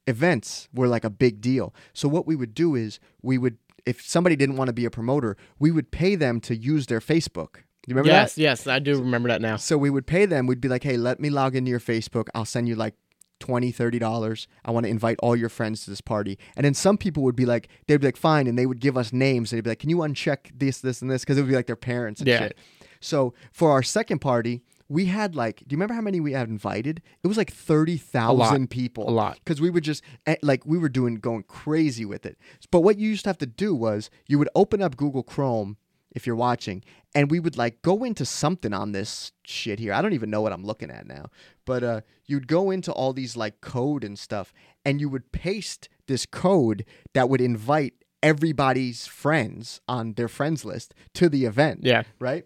[SPEAKER 3] events were like a big deal. So what we would do is we would, if somebody didn't want to be a promoter, we would pay them to use their Facebook. You remember that?
[SPEAKER 2] Yes, yes, I do remember that now.
[SPEAKER 3] So we would pay them. We'd be like, hey, let me log into your Facebook. I'll send you like 20 $30. I want to invite all your friends to this party. And then some people would be like, they'd be like, fine. And they would give us names. They'd be like, can you uncheck this, this, and this? Because it would be like their parents and
[SPEAKER 2] Yeah.
[SPEAKER 3] shit. So for our second party, we had like, do you remember how many we had invited? It was like 30,000 people.
[SPEAKER 2] A lot.
[SPEAKER 3] Because we would just, eh, like, we were doing, going crazy with it. But what you used to have to do was you would open up Google Chrome if you're watching, and we would like go into something on this shit here. I don't even know what I'm looking at now, but uh, you'd go into all these like code and stuff, and you would paste this code that would invite everybody's friends on their friends list to the event.
[SPEAKER 2] Yeah.
[SPEAKER 3] Right.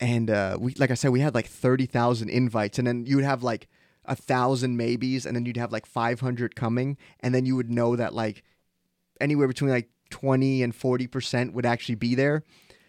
[SPEAKER 3] And uh, we, like I said, we had like thirty thousand invites, and then you would have like a thousand maybes, and then you'd have like five hundred coming, and then you would know that like anywhere between like twenty and forty percent would actually be there.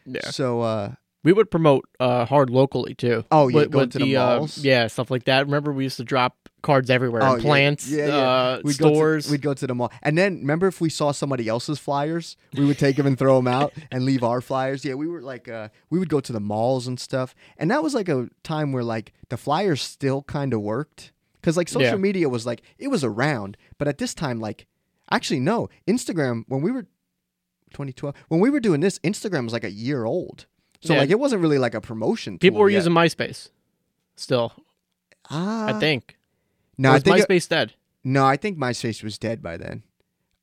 [SPEAKER 2] Yeah.
[SPEAKER 3] So uh,
[SPEAKER 2] We would promote uh, hard locally too.
[SPEAKER 3] Oh, yeah,
[SPEAKER 2] With-
[SPEAKER 3] going
[SPEAKER 2] with
[SPEAKER 3] to the
[SPEAKER 2] uh,
[SPEAKER 3] malls.
[SPEAKER 2] yeah, stuff like that. Remember, we used to drop cards everywhere,
[SPEAKER 3] Oh,
[SPEAKER 2] in
[SPEAKER 3] yeah.
[SPEAKER 2] plants,
[SPEAKER 3] Yeah, yeah.
[SPEAKER 2] Uh,
[SPEAKER 3] we'd Go
[SPEAKER 2] stores.
[SPEAKER 3] to, we'd go to the mall, and then remember if we saw somebody else's flyers, we would take them and throw them out, and leave our flyers. Yeah, we were like, uh, we would go to the malls and stuff, and that was like a time where like the flyers still kind of worked because like social
[SPEAKER 2] Yeah.
[SPEAKER 3] media was like it was around, but at this time like actually no, Instagram when we were 2012 when we were doing this, Instagram was like a year old. So
[SPEAKER 2] Yeah.
[SPEAKER 3] like it wasn't really like a promotion.
[SPEAKER 2] People
[SPEAKER 3] tool
[SPEAKER 2] were
[SPEAKER 3] yet.
[SPEAKER 2] using MySpace. Still,
[SPEAKER 3] Ah,
[SPEAKER 2] I think.
[SPEAKER 3] No, I
[SPEAKER 2] was
[SPEAKER 3] think it-
[SPEAKER 2] MySpace dead?
[SPEAKER 3] no, I think MySpace was dead by then.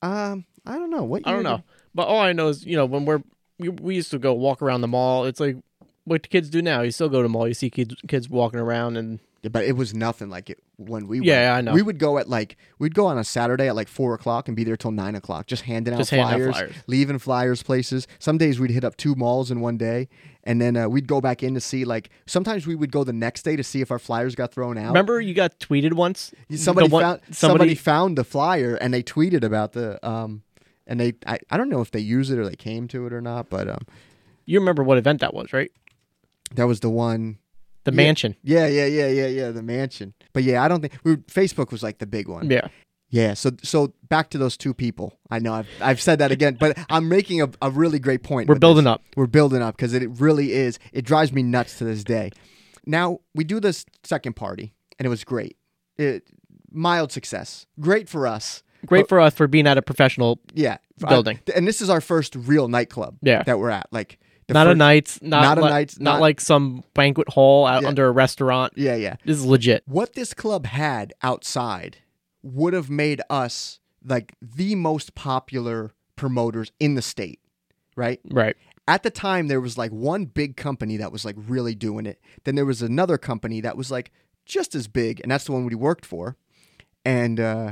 [SPEAKER 3] Um, I don't know what.
[SPEAKER 2] I don't
[SPEAKER 3] year did-
[SPEAKER 2] know. But all I know is, you know, when we're we, we used to go walk around the mall. It's like what the kids do now. You still go to the mall. You see kids kids walking around, and
[SPEAKER 3] Yeah, but it was nothing like it when we.
[SPEAKER 2] Yeah,
[SPEAKER 3] went.
[SPEAKER 2] I know.
[SPEAKER 3] We would go at like we'd go on a Saturday at like four o'clock and be there till nine o'clock, just handing out
[SPEAKER 2] Just handing out
[SPEAKER 3] flyers,
[SPEAKER 2] flyers.
[SPEAKER 3] leaving flyers places. Some days we'd hit up two malls in one day, and then uh, we'd go back in to see like sometimes we would go the next day to see if our flyers got thrown out.
[SPEAKER 2] remember you got tweeted once.
[SPEAKER 3] somebody
[SPEAKER 2] The one-
[SPEAKER 3] found somebody
[SPEAKER 2] somebody.
[SPEAKER 3] found the flyer and they tweeted about the um. And they, I, I don't know if they use it or they came to it or not, but um,
[SPEAKER 2] You remember what event that was, right?
[SPEAKER 3] that was the one
[SPEAKER 2] The mansion.
[SPEAKER 3] Yeah, yeah, yeah, yeah, yeah. The mansion. But yeah, I don't think we were, Facebook was like the big one.
[SPEAKER 2] Yeah.
[SPEAKER 3] Yeah. So so back to those two people. I know I've, I've said that again, but I'm making a, a really great point.
[SPEAKER 2] We're
[SPEAKER 3] with
[SPEAKER 2] building
[SPEAKER 3] this.
[SPEAKER 2] up.
[SPEAKER 3] We're building up because it, it really is. It drives me nuts to this day. Now we do this second party, and it was great. It mild success. Great for us.
[SPEAKER 2] Great for us for being at a professional.
[SPEAKER 3] Yeah.
[SPEAKER 2] Building.
[SPEAKER 3] I- and this is our first real nightclub.
[SPEAKER 2] Yeah.
[SPEAKER 3] That we're at. Like the
[SPEAKER 2] Not a
[SPEAKER 3] fir-
[SPEAKER 2] night's. Not,
[SPEAKER 3] not a
[SPEAKER 2] li-
[SPEAKER 3] night's,
[SPEAKER 2] Not,
[SPEAKER 3] not-
[SPEAKER 2] like some banquet hall out
[SPEAKER 3] Yeah.
[SPEAKER 2] under a restaurant.
[SPEAKER 3] Yeah, yeah.
[SPEAKER 2] This is legit.
[SPEAKER 3] what this club had outside would have made us like the most popular promoters in the state, right?
[SPEAKER 2] Right.
[SPEAKER 3] At the time, there was like one big company that was like really doing it. Then there was another company that was like just as big, and that's the one we worked for. And uh,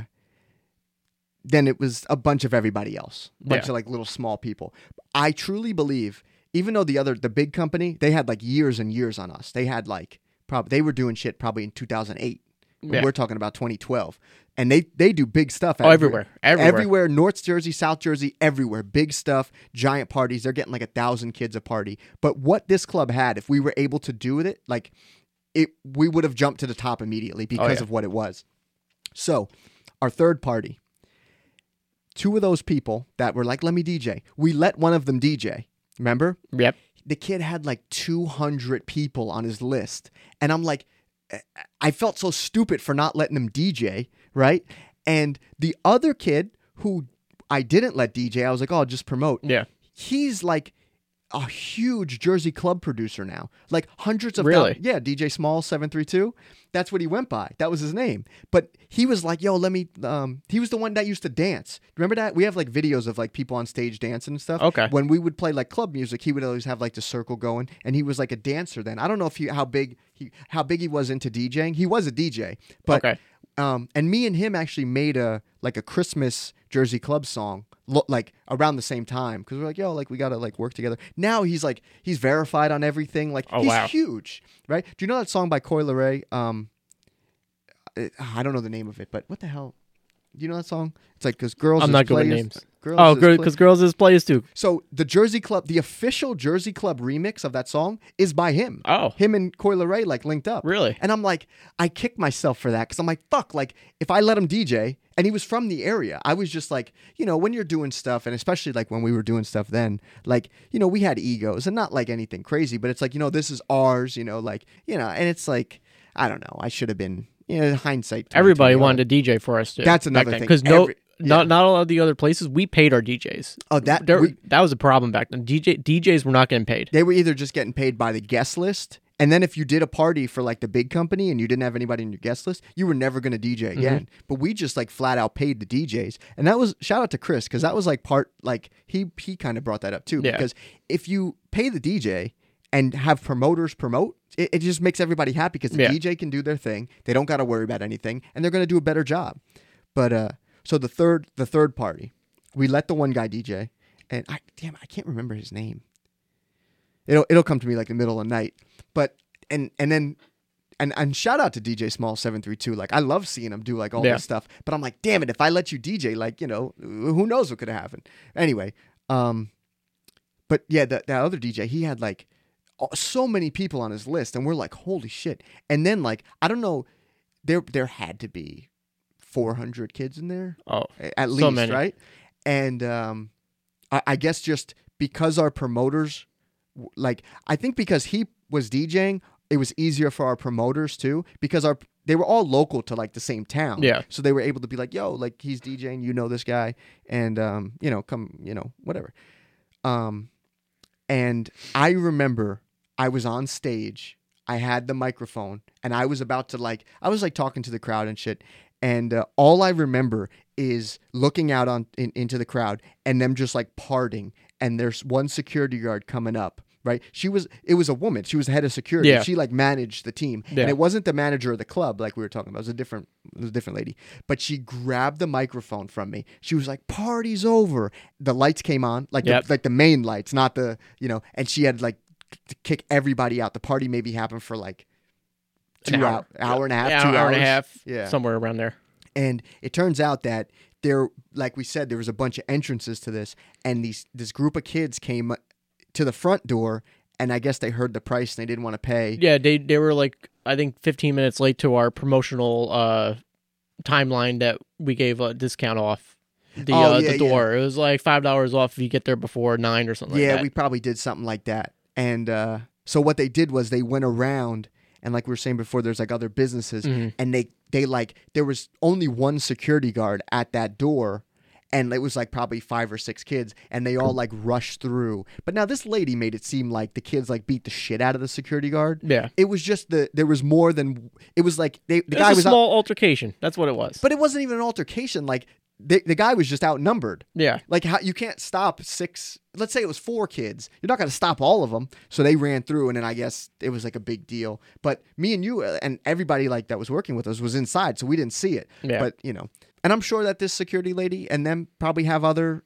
[SPEAKER 3] then it was a bunch of everybody else, a bunch
[SPEAKER 2] Yeah.
[SPEAKER 3] of like little small people. I truly believe, even though the other, the big company, they had like years and years on us. They had like, probably, they were doing shit probably in 2008.
[SPEAKER 2] Yeah.
[SPEAKER 3] We're talking about 2012. And they, they do big stuff
[SPEAKER 2] Oh, everywhere. Everywhere.
[SPEAKER 3] everywhere north jersey south jersey everywhere big stuff giant parties they're getting like a thousand kids a party but what this club had if we were able to do with it like it we would have jumped to the top immediately because
[SPEAKER 2] Oh, yeah.
[SPEAKER 3] of what it was so our third party two of those people that were like let me dj we let one of them dj remember
[SPEAKER 2] Yep.
[SPEAKER 3] the kid had like 200 people on his list and i'm like "Eh, i felt so stupid for not letting him dj right and the other kid who i didn't let dj i was like oh I'll just promote
[SPEAKER 2] Yeah.
[SPEAKER 3] he's like a huge Jersey club producer now. Like hundreds of
[SPEAKER 2] Really?
[SPEAKER 3] thou- yeah, DJ Small 732. That's what he went by. That was his name. But he was like, yo, let me um he was the one that used to dance. Remember that? We have like videos of like people on stage dancing and stuff.
[SPEAKER 2] Okay.
[SPEAKER 3] When we would play like club music, he would always have like the circle going and he was like a dancer then. I don't know if he how big he how big he was into DJing. He was a DJ, but
[SPEAKER 2] Okay.
[SPEAKER 3] um, and me and him actually made a like a Christmas Jersey Club song, lo- like around the same time, because we're like, yo, like we gotta like work together. Now he's like he's verified on everything, like
[SPEAKER 2] Oh,
[SPEAKER 3] he's
[SPEAKER 2] wow.
[SPEAKER 3] huge, right? Do you know that song by Coi Leray? Um, I I don't know the name of it, but what the hell? Do you know that song? It's like because girls.
[SPEAKER 2] I'm
[SPEAKER 3] is
[SPEAKER 2] not good with
[SPEAKER 3] players-
[SPEAKER 2] names.
[SPEAKER 3] Girls
[SPEAKER 2] Oh,
[SPEAKER 3] is play-
[SPEAKER 2] because girls is plays too.
[SPEAKER 3] so the Jersey Club, the official Jersey Club remix of that song is by him.
[SPEAKER 2] Oh.
[SPEAKER 3] Him and Coi Leray like linked up.
[SPEAKER 2] Really?
[SPEAKER 3] And I'm like, I kicked myself for that because I'm like, fuck, like if I let him DJ and he was from the area, I was just like, you know, when you're doing stuff and especially like when we were doing stuff then, like, you know, we had egos and not like anything crazy, but it's like, you know, this is ours, you know, like, you know, and it's like, I don't know, I should have been, you know, hindsight.
[SPEAKER 2] Everybody
[SPEAKER 3] 2020,
[SPEAKER 2] wanted to DJ for us too.
[SPEAKER 3] That's another thing.
[SPEAKER 2] because no,
[SPEAKER 3] Every- yeah.
[SPEAKER 2] not not all of the other places we paid our DJs.
[SPEAKER 3] Oh, that-
[SPEAKER 2] There-
[SPEAKER 3] we-
[SPEAKER 2] that was a problem back then. DJ DJs were not getting paid.
[SPEAKER 3] they were either just getting paid by the guest list and then if you did a party for like the big company and you didn't have anybody in your guest list you were never going to
[SPEAKER 2] Mm-hmm.
[SPEAKER 3] dj again but we just like flat out paid the djs and that was shout out to chris because that was like part like he he kind of brought that up too
[SPEAKER 2] Yeah.
[SPEAKER 3] because if you pay the dj and have promoters promote it, it just makes everybody happy because the
[SPEAKER 2] Yeah.
[SPEAKER 3] dj can do their thing they don't got to worry about anything and they're going to do a better job but uh so the third the third party we let the one guy dj and i damn i can't remember his name It'll it'll come to me like the middle of the night. But and and then and and shout out to DJ Small seven three two. Like I love seeing him do like all
[SPEAKER 2] Yeah.
[SPEAKER 3] this stuff. But I'm like, damn it, if I let you DJ, like you know, who knows what could happen. Anyway, um, but yeah, that that other DJ, he had like a- so many people on his list, and we're like, holy shit. And then like I don't know, there there had to be 400 kids in there
[SPEAKER 2] Oh,
[SPEAKER 3] a- at
[SPEAKER 2] So
[SPEAKER 3] least,
[SPEAKER 2] many.
[SPEAKER 3] right? And um, I, I guess just because our promoters, w- like I think because he was DJing, it was easier for our promoters too because our they were all local to like the same town.
[SPEAKER 2] Yeah.
[SPEAKER 3] So they were able to be like, "Yo, like he's DJing, you know this guy, and um, you know, come, you know, whatever." Um, and I remember I was on stage. I had the microphone and I was about to like I was like talking to the crowd and shit and uh, all I remember is looking out on in, into the crowd and them just like parting and there's one security guard coming up right she was it was a woman she was the head of security
[SPEAKER 2] Yeah.
[SPEAKER 3] she like managed the team
[SPEAKER 2] Yeah.
[SPEAKER 3] and it wasn't the manager of the club like we were talking about it was a different it was a different lady but she grabbed the microphone from me she was like party's over the lights came on like
[SPEAKER 2] Yep.
[SPEAKER 3] the, like the main lights not the you know and she had like to kick everybody out the party maybe happened for like
[SPEAKER 2] An
[SPEAKER 3] two hour,
[SPEAKER 2] hour.
[SPEAKER 3] hour, and a half
[SPEAKER 2] hour,
[SPEAKER 3] two
[SPEAKER 2] hour and a
[SPEAKER 3] hours.
[SPEAKER 2] half,
[SPEAKER 3] yeah
[SPEAKER 2] somewhere around there.
[SPEAKER 3] and it turns out that there, like we said, there was a bunch of entrances to this, and these this group of kids came to the front door, and I guess they heard the price and they didn't want to pay.
[SPEAKER 2] Yeah, they they were like I think 15 minutes late to our promotional uh timeline that we gave a discount off the
[SPEAKER 3] Oh,
[SPEAKER 2] uh,
[SPEAKER 3] yeah, yeah.
[SPEAKER 2] the door. It was like five dollars off if you get there before nine or something.
[SPEAKER 3] yeah,
[SPEAKER 2] like that.
[SPEAKER 3] we probably did something like that. And uh, so what they did was they went around, and like we were saying before, there's like other businesses,
[SPEAKER 2] Mm-hmm.
[SPEAKER 3] and they they like there was only one security guard at that door. And it was like probably five or six kids, and they all like rushed through. But now this lady made it seem like the kids like beat the shit out of the security guard.
[SPEAKER 2] yeah.
[SPEAKER 3] It was just the there was more than it was like they the
[SPEAKER 2] It
[SPEAKER 3] guy
[SPEAKER 2] was
[SPEAKER 3] was
[SPEAKER 2] a
[SPEAKER 3] out-
[SPEAKER 2] small altercation. That's what it was.
[SPEAKER 3] but it wasn't even an altercation. Like the the guy was just outnumbered.
[SPEAKER 2] yeah,
[SPEAKER 3] Like how you can't stop six. Let's say it was four kids. You're not going to stop all of them. So they ran through, and then I guess it was like a big deal. But me and you uh, and everybody like that was working with us was inside, so we didn't see it.
[SPEAKER 2] Yeah.
[SPEAKER 3] But you know, and I'm sure that this security lady and them probably have other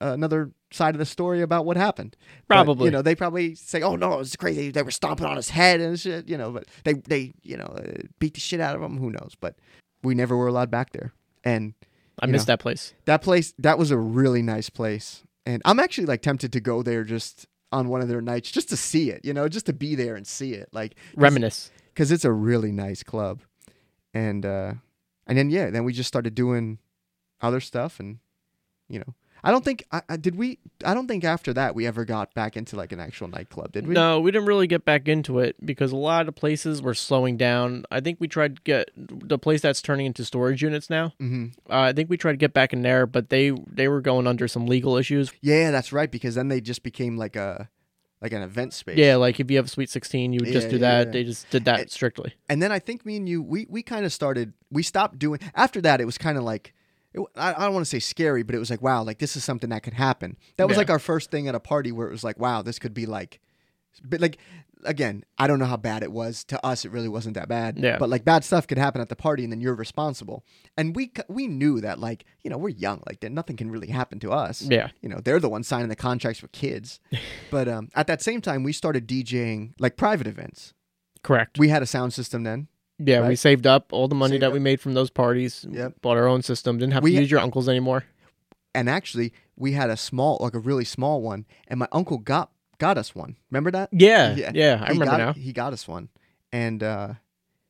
[SPEAKER 3] uh, another side of the story about what happened. But,
[SPEAKER 2] Probably.
[SPEAKER 3] you know, they probably say, "Oh no, it was crazy. They were stomping on his head and shit." You know, but they they you know uh, beat the shit out of him. Who knows? But we never were allowed back there, and
[SPEAKER 2] I
[SPEAKER 3] you
[SPEAKER 2] missed that place.
[SPEAKER 3] that place that was a really nice place and i'm actually like tempted to go there just on one of their nights just to see it you know just to be there and see it like
[SPEAKER 2] Reminisce.
[SPEAKER 3] because it's a really nice club and uh and then yeah then we just started doing other stuff and you know i don't think i, I did we i don't think after that we ever got back into like an actual nightclub did we
[SPEAKER 2] No, we didn't really get back into it because a lot of places were slowing down. I think we tried to get the place that's turning into storage units now.
[SPEAKER 3] Mhm.
[SPEAKER 2] Uh, I think we tried to get back in there, but they they were going under some legal issues.
[SPEAKER 3] yeah that's right because then they just became like a like an event space.
[SPEAKER 2] Yeah, like if you have a Sweet 16, you would just
[SPEAKER 3] Yeah,
[SPEAKER 2] do
[SPEAKER 3] yeah,
[SPEAKER 2] that.
[SPEAKER 3] yeah.
[SPEAKER 2] They just did that
[SPEAKER 3] It-
[SPEAKER 2] strictly.
[SPEAKER 3] And then I think me and you, we we kind of started. We stopped doing after that. It was kind of like. It, w- I I don't want to say scary, but it was like, wow, like this is something that could happen. That was
[SPEAKER 2] Yeah.
[SPEAKER 3] like our first thing at a party where it was like, wow, this could be like, but like, again, I don't know how bad it was to us. It really wasn't that bad.
[SPEAKER 2] Yeah.
[SPEAKER 3] But like bad stuff could happen at the party, and then you're responsible. And we c- we knew that like you know we're young, like that nothing can really happen to us.
[SPEAKER 2] Yeah.
[SPEAKER 3] You know they're the ones signing the contracts with kids. but um, at that same time, we started DJing like private events.
[SPEAKER 2] Correct.
[SPEAKER 3] We had a sound system then.
[SPEAKER 2] yeah, we
[SPEAKER 3] right.
[SPEAKER 2] saved up all the money
[SPEAKER 3] Saved
[SPEAKER 2] that
[SPEAKER 3] up.
[SPEAKER 2] we made from those parties.
[SPEAKER 3] Yep.
[SPEAKER 2] Bought our own system. Didn't have
[SPEAKER 3] We-
[SPEAKER 2] to use your uncle's anymore.
[SPEAKER 3] and actually we had a small like a really small one and my uncle got got us one remember that
[SPEAKER 2] Yeah. Yeah, I
[SPEAKER 3] He
[SPEAKER 2] remember
[SPEAKER 3] got,
[SPEAKER 2] now.
[SPEAKER 3] he got us one and uh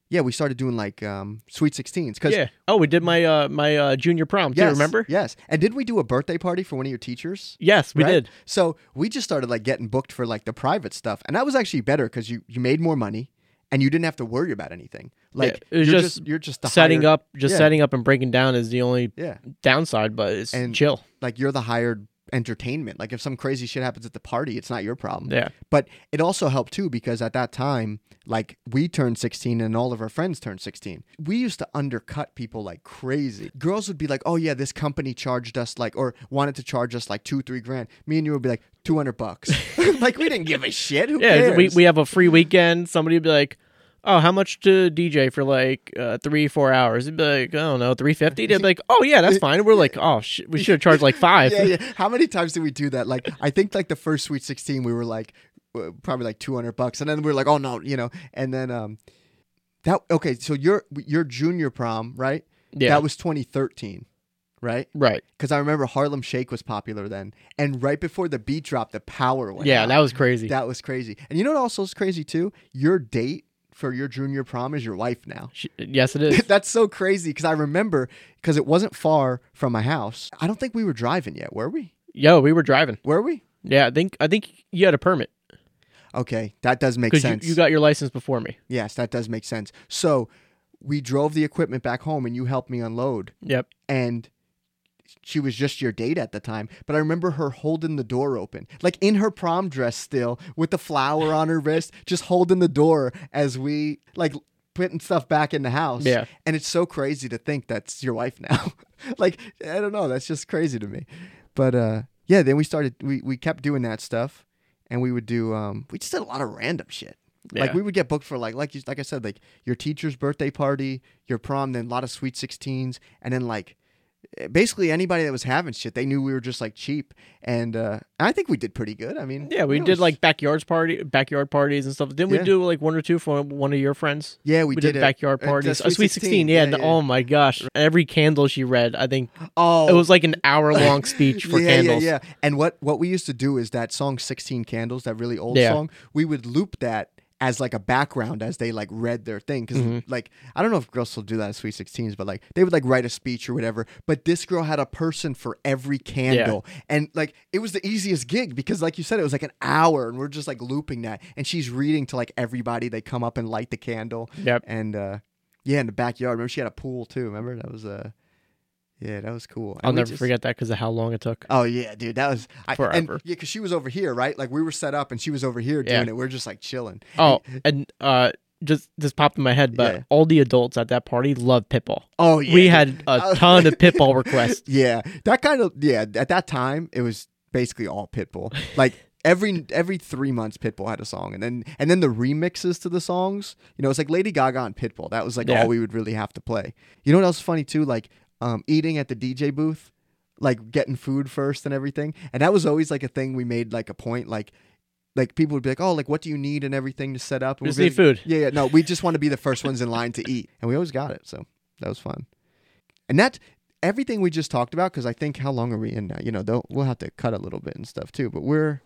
[SPEAKER 3] yeah we started doing like um sweet 16s because
[SPEAKER 2] Yeah. Oh, we did my uh my uh junior prom too,
[SPEAKER 3] yes,
[SPEAKER 2] remember?
[SPEAKER 3] yes and did we do a birthday party for one of your teachers
[SPEAKER 2] Yes, we
[SPEAKER 3] Right?
[SPEAKER 2] did.
[SPEAKER 3] so we just started like getting booked for like the private stuff and that was actually better because you you made more money and you didn't have to worry about anything like
[SPEAKER 2] it was
[SPEAKER 3] you're
[SPEAKER 2] just
[SPEAKER 3] you're just the
[SPEAKER 2] setting
[SPEAKER 3] hired-
[SPEAKER 2] up just
[SPEAKER 3] yeah.
[SPEAKER 2] setting up and breaking down is the only
[SPEAKER 3] yeah
[SPEAKER 2] downside, but it's
[SPEAKER 3] And-
[SPEAKER 2] chill.
[SPEAKER 3] like you're the hired entertainment like if some crazy shit happens at the party it's not your problem
[SPEAKER 2] Yeah.
[SPEAKER 3] But it also helped too because at that time, like we turned 16 and all of our friends turned 16. We used to undercut people like crazy. Girls would be like, oh yeah, this company charged us like, or wanted to charge us like two, three grand. Me and you would be like, 200 bucks. like we didn't give a shit. Who
[SPEAKER 2] Yeah,
[SPEAKER 3] cares?
[SPEAKER 2] we we have a free weekend. Somebody would be like, "Oh, how much to DJ for like uh, three, four hours?" It'd be like, "I don't know, three fifty. They'd be like, "Oh yeah, that's fine." We're like, "Oh, sh- we should have charged like five.
[SPEAKER 3] yeah, yeah. How many times did we do that? Like, I think like the first Sweet 16, we were like, uh, probably like 200 bucks. And then we were like, oh no, you know, and then, um, that, okay. So your, your junior prom, right?
[SPEAKER 2] Yeah.
[SPEAKER 3] That was 2013, right?
[SPEAKER 2] Right?
[SPEAKER 3] because I remember Harlem Shake was popular then, and right before the beat dropped, the power went.
[SPEAKER 2] yeah,
[SPEAKER 3] out.
[SPEAKER 2] that was crazy.
[SPEAKER 3] that was crazy. And you know what also is crazy too? Your date for your junior prom is your wife now.
[SPEAKER 2] Sh- yes, it is.
[SPEAKER 3] That's so crazy because I remember because it wasn't far from my house. I don't think we were driving yet, were we?
[SPEAKER 2] Yo, we were driving.
[SPEAKER 3] Were we?
[SPEAKER 2] Yeah, I think I think you had a permit
[SPEAKER 3] Okay, that does make
[SPEAKER 2] because you,
[SPEAKER 3] sense.
[SPEAKER 2] you got your license before me.
[SPEAKER 3] yes, that does make sense. So we drove the equipment back home, and you helped me unload.
[SPEAKER 2] Yep.
[SPEAKER 3] and she was just your date at the time, but I remember her holding the door open, like in her prom dress still, with the flower on her wrist, just holding the door as we like putting stuff back in the house.
[SPEAKER 2] Yeah.
[SPEAKER 3] And it's so crazy to think that's your wife now. like, I don't know, that's just crazy to me. But uh yeah, then we started we we kept doing that stuff and we would do um we just did a lot of random shit. Like
[SPEAKER 2] Yeah.
[SPEAKER 3] we would get booked for like like you, like I said like your teacher's birthday party, your prom, then a lot of sweet 16s and then like eh, basically anybody that was having shit, they knew we were just like cheap, and uh, I think we did pretty good. I mean,
[SPEAKER 2] Yeah, we
[SPEAKER 3] it
[SPEAKER 2] did
[SPEAKER 3] was-
[SPEAKER 2] like backyards party, backyard parties and stuff. Didn't
[SPEAKER 3] Yeah.
[SPEAKER 2] we do like one or two for one of your friends?
[SPEAKER 3] yeah, we,
[SPEAKER 2] We, did,
[SPEAKER 3] it.
[SPEAKER 2] backyard
[SPEAKER 3] At uh, the
[SPEAKER 2] parties. A sweet sixteen. Yeah, the- Oh my gosh! Every candle she read, I think
[SPEAKER 3] oh,
[SPEAKER 2] it was like an hour long speech for
[SPEAKER 3] yeah,
[SPEAKER 2] candles.
[SPEAKER 3] yeah, yeah. And what what we used to do is that song "16 Candles," that really old
[SPEAKER 2] Yeah.
[SPEAKER 3] song. We would loop that as like a background as they like read their thing because
[SPEAKER 2] Mm-hmm.
[SPEAKER 3] like I don't know if girls still do that at Sweet 16s, but like they would like write a speech or whatever. But this girl had a person for every candle, and like it was the easiest gig because like you said, it was like an hour, and we're just like looping that, and she's reading to like everybody. They come up and light the candle.
[SPEAKER 2] Yep.
[SPEAKER 3] And uh, yeah, in the backyard. Remember, she had a pool too. Remember that was Uh, yeah, that was cool. And
[SPEAKER 2] I'll
[SPEAKER 3] we
[SPEAKER 2] never
[SPEAKER 3] just-
[SPEAKER 2] forget that because of how long it took.
[SPEAKER 3] Oh yeah, dude, that was I, And,
[SPEAKER 2] Forever.
[SPEAKER 3] yeah, because she was over here, right? Like we were set up, and she was over here
[SPEAKER 2] Yeah.
[SPEAKER 3] doing it. We're just like chilling.
[SPEAKER 2] Oh, and uh, just this popped in my head, but
[SPEAKER 3] Yeah.
[SPEAKER 2] all the adults at that party loved Pitbull.
[SPEAKER 3] Oh yeah,
[SPEAKER 2] we
[SPEAKER 3] dude.
[SPEAKER 2] had a
[SPEAKER 3] Oh.
[SPEAKER 2] ton of Pitbull requests.
[SPEAKER 3] yeah that kind of yeah. At that time, it was basically all Pitbull. Like every every three months, Pitbull had a song, and then and then the remixes to the songs. You know, it's like Lady Gaga and Pitbull. That was like
[SPEAKER 2] Yeah.
[SPEAKER 3] all we would really have to play. You know what else is funny too? Like um, eating at the DJ booth. Like getting food first and everything, and that was always like a thing we made like a point. Like, like people would be like, "Oh, like what do you need and everything to set up?" And
[SPEAKER 2] Just
[SPEAKER 3] we'd be
[SPEAKER 2] need food.
[SPEAKER 3] yeah, yeah. No, we just want to be the first ones in line to eat, and we always got it. So that was fun. And that everything we just talked about, because I think how long are we in now? You know, though we'll have to cut a little bit and stuff too. But we're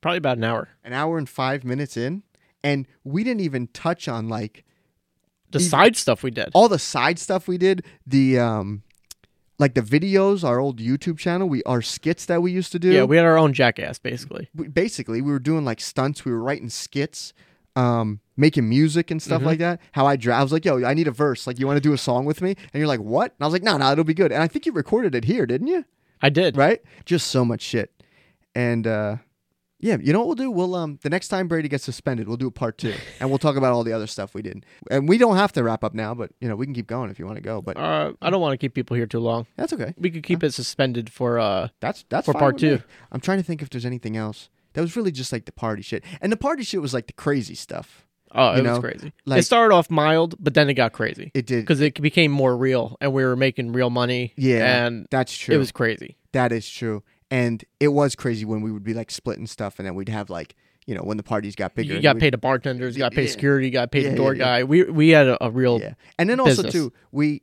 [SPEAKER 2] Probably about an hour.
[SPEAKER 3] an hour and five minutes in, and we didn't even touch on like
[SPEAKER 2] The
[SPEAKER 3] Even-
[SPEAKER 2] side stuff we did.
[SPEAKER 3] all the side stuff we did. The um, like the videos, our old YouTube channel, we our skits that we used to do.
[SPEAKER 2] yeah, we had our own jackass basically.
[SPEAKER 3] we- basically we were doing like stunts we were writing skits um making music and stuff like
[SPEAKER 2] Mm-hmm.
[SPEAKER 3] that how i dra- i was like yo i need a verse like you want to do a song with me and you're like what and i was like no no it'll be good and i think you recorded it here didn't you
[SPEAKER 2] I did.
[SPEAKER 3] right just so much shit and uh Yeah, you know what we'll do? We'll um the next time Brady gets suspended, we'll do a part two, and we'll talk about all the other stuff we did. And we don't have to wrap up now, but you know we can keep going if you want to go. But
[SPEAKER 2] Uh, I don't want to keep people here too long.
[SPEAKER 3] that's okay.
[SPEAKER 2] We could keep it suspended for uh
[SPEAKER 3] That's that's
[SPEAKER 2] For
[SPEAKER 3] fine
[SPEAKER 2] part
[SPEAKER 3] with me.
[SPEAKER 2] two.
[SPEAKER 3] I'm trying to think if there's anything else. That was really just like the party shit, and the party shit was like the crazy stuff.
[SPEAKER 2] oh, it
[SPEAKER 3] You
[SPEAKER 2] was
[SPEAKER 3] know,
[SPEAKER 2] crazy.
[SPEAKER 3] like-
[SPEAKER 2] it started off mild, but then it got crazy.
[SPEAKER 3] It did.
[SPEAKER 2] because it became more real and we were making real money.
[SPEAKER 3] Yeah,
[SPEAKER 2] And
[SPEAKER 3] that's true.
[SPEAKER 2] it was crazy.
[SPEAKER 3] That is true. And it was crazy when we would be like splitting stuff and then we'd have like, you know, when the parties got bigger.
[SPEAKER 2] You
[SPEAKER 3] and
[SPEAKER 2] got
[SPEAKER 3] we'd-
[SPEAKER 2] paid to bartenders, you got paid
[SPEAKER 3] Yeah.
[SPEAKER 2] security, you got paid
[SPEAKER 3] Yeah,
[SPEAKER 2] a
[SPEAKER 3] yeah,
[SPEAKER 2] door
[SPEAKER 3] yeah.
[SPEAKER 2] guy. We we had a, a real
[SPEAKER 3] Yeah. And then also,
[SPEAKER 2] business.
[SPEAKER 3] too, we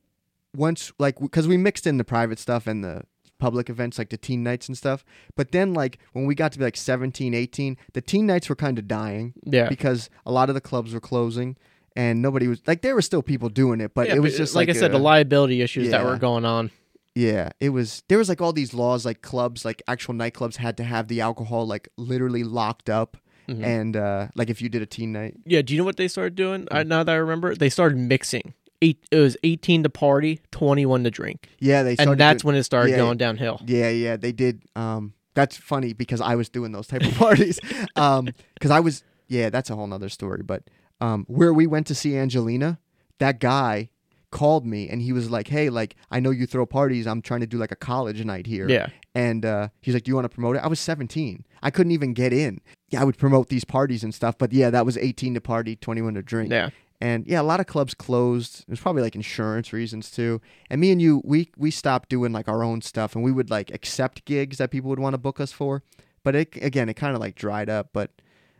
[SPEAKER 3] once, like, because we mixed in the private stuff and the public events, like the teen nights and stuff. But then, like, when we got to be like 17, 18, the teen nights were kind of dying
[SPEAKER 2] yeah.
[SPEAKER 3] because a lot of the clubs were closing and nobody was, like, there were still people doing it, but
[SPEAKER 2] Yeah,
[SPEAKER 3] it was
[SPEAKER 2] but
[SPEAKER 3] just
[SPEAKER 2] like,
[SPEAKER 3] like,
[SPEAKER 2] I said,
[SPEAKER 3] a-
[SPEAKER 2] the liability issues that
[SPEAKER 3] Yeah.
[SPEAKER 2] were going on.
[SPEAKER 3] Yeah, it was. There was like all these laws, like clubs, like actual nightclubs had to have the alcohol like literally locked up,
[SPEAKER 2] Mhm.
[SPEAKER 3] and uh, like if you did a teen night,
[SPEAKER 2] Yeah, do you know what they started doing?
[SPEAKER 3] Mm.
[SPEAKER 2] I, now that I remember, they started mixing. Eight, it was 18 to party, 21 to drink.
[SPEAKER 3] yeah, they started
[SPEAKER 2] And that's
[SPEAKER 3] do-
[SPEAKER 2] when it started
[SPEAKER 3] yeah,
[SPEAKER 2] going downhill.
[SPEAKER 3] yeah, yeah, they did. Um, that's funny because I was doing those type of parties, um, because I was yeah, that's a whole nother story. But um, where we went to see Angelina, that guy called me and he was like, hey, like I know you throw parties, I'm trying to do like a college night here,
[SPEAKER 2] Yeah.
[SPEAKER 3] And uh, he's like, "Do you want to promote it?" I was 17. I couldn't even get in. Yeah, I would promote these parties and stuff, but yeah, that was 18 to party, 21 to drink.
[SPEAKER 2] Yeah.
[SPEAKER 3] And yeah, a lot of clubs closed. It was probably like insurance reasons too. And me and you, we we stopped doing like our own stuff, and we would like accept gigs that people would want to book us for. But it again, it kind of like dried up. But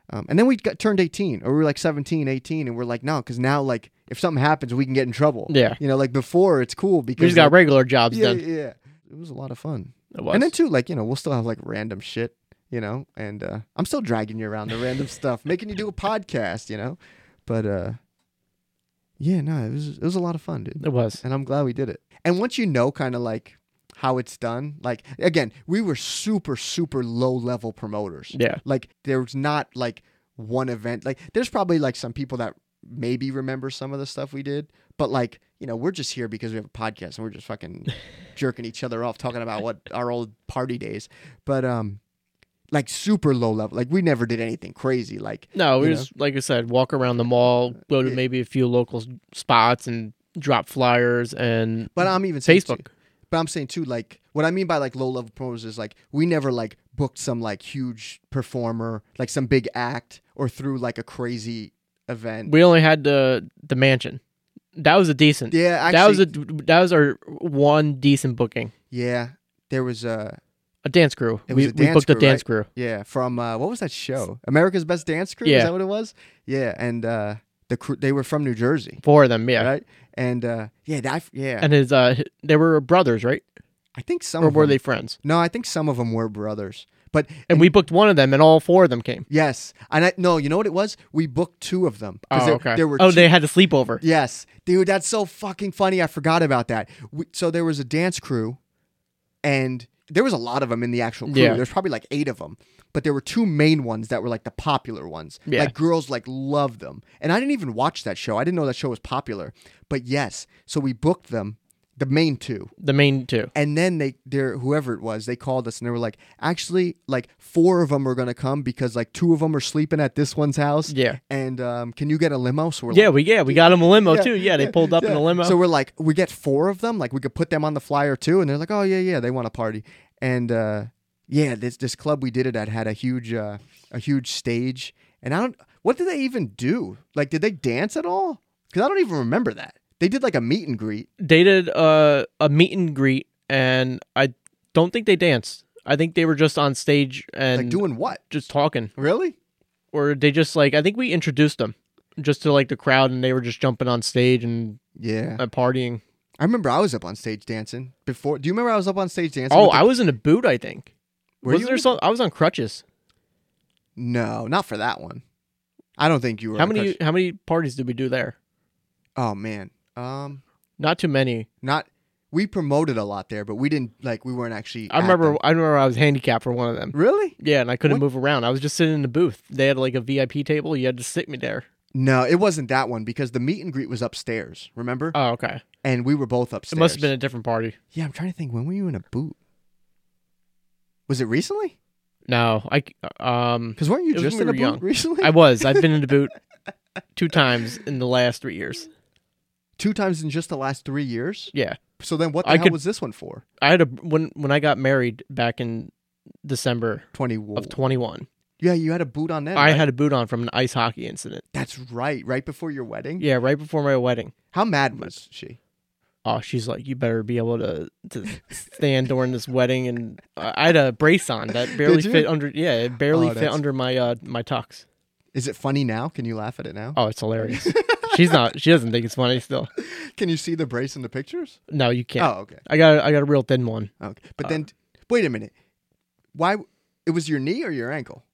[SPEAKER 3] um, and then we got turned 18, or we were like 17, 18, and we're like, no, because now like if something happens, we can get in trouble.
[SPEAKER 2] Yeah.
[SPEAKER 3] you know, like before it's cool because
[SPEAKER 2] We just got
[SPEAKER 3] like-
[SPEAKER 2] regular jobs
[SPEAKER 3] yeah,
[SPEAKER 2] then.
[SPEAKER 3] yeah. It was a lot of fun.
[SPEAKER 2] It was.
[SPEAKER 3] And then too, like you know, we'll still have like random shit, you know. And uh, I'm still dragging you around the random stuff, making you do a podcast, you know. But uh, yeah, no, it was it was a lot of fun, dude.
[SPEAKER 2] it was.
[SPEAKER 3] And I'm glad we did it. And once you know, kind of like how it's done, like again, we were super super low level promoters.
[SPEAKER 2] Yeah.
[SPEAKER 3] Like there's not like one event. Like there's probably like some people that maybe remember some of the stuff we did, but like, you know, we're just here because we have a podcast and we're just fucking jerking each other off talking about what our old party days. But um like super low level. Like we never did anything crazy. Like
[SPEAKER 2] No, we
[SPEAKER 3] you
[SPEAKER 2] just like I said, walk around the mall, go to
[SPEAKER 3] Yeah.
[SPEAKER 2] maybe a few local s- spots and drop flyers and
[SPEAKER 3] but I'm even saying too-
[SPEAKER 2] Facebook.
[SPEAKER 3] but I'm saying too, like what I mean by like low level promoters is like we never like booked some like huge performer, like some big act or through like a crazy event.
[SPEAKER 2] We only had the the mansion. That was a decent.
[SPEAKER 3] yeah, actually,
[SPEAKER 2] that was a that was our one decent booking.
[SPEAKER 3] yeah. There was a
[SPEAKER 2] A dance crew.
[SPEAKER 3] It
[SPEAKER 2] we,
[SPEAKER 3] was a
[SPEAKER 2] we
[SPEAKER 3] dance
[SPEAKER 2] booked a
[SPEAKER 3] crew,
[SPEAKER 2] dance
[SPEAKER 3] right?
[SPEAKER 2] crew.
[SPEAKER 3] Yeah, from uh, what was that show? America's Best Dance Crew. Is
[SPEAKER 2] Yeah.
[SPEAKER 3] that what it was? Yeah, and uh, the crew they were from New Jersey,
[SPEAKER 2] Four of them, yeah.
[SPEAKER 3] right? And uh, yeah, that, yeah,
[SPEAKER 2] And his uh, h- they were brothers, right?
[SPEAKER 3] I think some
[SPEAKER 2] Or
[SPEAKER 3] of
[SPEAKER 2] were
[SPEAKER 3] them,
[SPEAKER 2] they friends?
[SPEAKER 3] No, I think some of them were brothers, but
[SPEAKER 2] And we booked one of them, and all four of them came.
[SPEAKER 3] yes, and I no, you know what it was? We booked two of them. 'cause
[SPEAKER 2] Oh,
[SPEAKER 3] there,
[SPEAKER 2] okay.
[SPEAKER 3] There were
[SPEAKER 2] oh,
[SPEAKER 3] two-
[SPEAKER 2] they had a sleepover.
[SPEAKER 3] Yes, dude, that's so fucking funny. I forgot about that. We, so there was a dance crew, and there was a lot of them in the actual crew.
[SPEAKER 2] Yeah.
[SPEAKER 3] There's probably like eight of them, but there were two main ones that were like the popular ones.
[SPEAKER 2] Yeah.
[SPEAKER 3] Like girls like loved them, and I didn't even watch that show. I didn't know that show was popular, but yes. So we booked them, the main two,
[SPEAKER 2] The main two.
[SPEAKER 3] and then they, their whoever it was, they called us and they were like, actually, like four of them are gonna come because like two of them are sleeping at this one's house.
[SPEAKER 2] Yeah.
[SPEAKER 3] And um, can you get a limo? So we're like,
[SPEAKER 2] Yeah, we yeah we got them a limo
[SPEAKER 3] Yeah,
[SPEAKER 2] too. Yeah, they pulled up in
[SPEAKER 3] yeah.
[SPEAKER 2] a limo.
[SPEAKER 3] So we're like, we get four of them. Like we could put them on the flyer too, and they're like, oh yeah, yeah, they want a party. And uh, yeah, this this club we did it at had a huge uh, a huge stage, and I don't. What did they even do? Like, did they dance at all? Because I don't even remember that. They did like a meet and greet.
[SPEAKER 2] they did uh, a meet and greet, and I don't think they danced. I think they were just on stage and
[SPEAKER 3] like doing what?
[SPEAKER 2] just talking,
[SPEAKER 3] Really?
[SPEAKER 2] or they just like I think we introduced them just to like the crowd, and they were just jumping on stage and
[SPEAKER 3] Yeah.
[SPEAKER 2] uh, partying.
[SPEAKER 3] I remember I was up on stage dancing before. Do you remember I was up on stage dancing?
[SPEAKER 2] Oh,
[SPEAKER 3] with the-
[SPEAKER 2] I was in a boot. I think.
[SPEAKER 3] Were
[SPEAKER 2] was
[SPEAKER 3] you
[SPEAKER 2] there
[SPEAKER 3] in a
[SPEAKER 2] some? I was on crutches.
[SPEAKER 3] no, not for that one. I don't think you were.
[SPEAKER 2] How
[SPEAKER 3] on
[SPEAKER 2] many?
[SPEAKER 3] crutch-
[SPEAKER 2] How many parties did we do there?
[SPEAKER 3] Oh man. Um.
[SPEAKER 2] Not too many.
[SPEAKER 3] not we promoted a lot there, but we didn't like we weren't actually.
[SPEAKER 2] I
[SPEAKER 3] at
[SPEAKER 2] remember.
[SPEAKER 3] them.
[SPEAKER 2] I remember. I was handicapped for one of them.
[SPEAKER 3] Really?
[SPEAKER 2] Yeah, and I couldn't
[SPEAKER 3] What?
[SPEAKER 2] move around. I was just sitting in the booth. They had like a VIP table. You had to sit me there.
[SPEAKER 3] No, it wasn't that one because the meet and greet was upstairs. Remember?
[SPEAKER 2] Oh, okay.
[SPEAKER 3] and we were both upstairs.
[SPEAKER 2] It must have been a different party.
[SPEAKER 3] Yeah, I'm trying to think. When were you in a boot? Was it recently?
[SPEAKER 2] No, I c- um
[SPEAKER 3] Because weren't you
[SPEAKER 2] It was
[SPEAKER 3] just
[SPEAKER 2] when
[SPEAKER 3] in a
[SPEAKER 2] we
[SPEAKER 3] boot
[SPEAKER 2] were young.
[SPEAKER 3] recently?
[SPEAKER 2] I was. I've been in the boot two times in the last three years.
[SPEAKER 3] Two times in just the last three years.
[SPEAKER 2] Yeah,
[SPEAKER 3] So then, what the
[SPEAKER 2] I
[SPEAKER 3] hell
[SPEAKER 2] could-
[SPEAKER 3] was this one for?
[SPEAKER 2] I had a when when I got married back in December
[SPEAKER 3] Twenty.
[SPEAKER 2] of twenty one.
[SPEAKER 3] yeah, you had a boot on then.
[SPEAKER 2] I
[SPEAKER 3] right?
[SPEAKER 2] had a boot on from an ice hockey incident.
[SPEAKER 3] That's right. Right before your wedding.
[SPEAKER 2] Yeah, right before my wedding.
[SPEAKER 3] How mad was she?
[SPEAKER 2] Oh, she's like, you better be able to to stand during this wedding, and I I had a brace on that barely
[SPEAKER 3] Did you?
[SPEAKER 2] fit under. Yeah, it barely
[SPEAKER 3] Oh,
[SPEAKER 2] fit
[SPEAKER 3] that's-
[SPEAKER 2] under my uh my tux.
[SPEAKER 3] Is it funny now? Can you laugh at it now?
[SPEAKER 2] Oh, it's hilarious. she's not. She doesn't think it's funny still.
[SPEAKER 3] Can you see the brace in the pictures?
[SPEAKER 2] No, you can't.
[SPEAKER 3] Oh, okay.
[SPEAKER 2] I got I got a real thin one.
[SPEAKER 3] Okay. But then, wait a minute. Why? It was your knee or your ankle?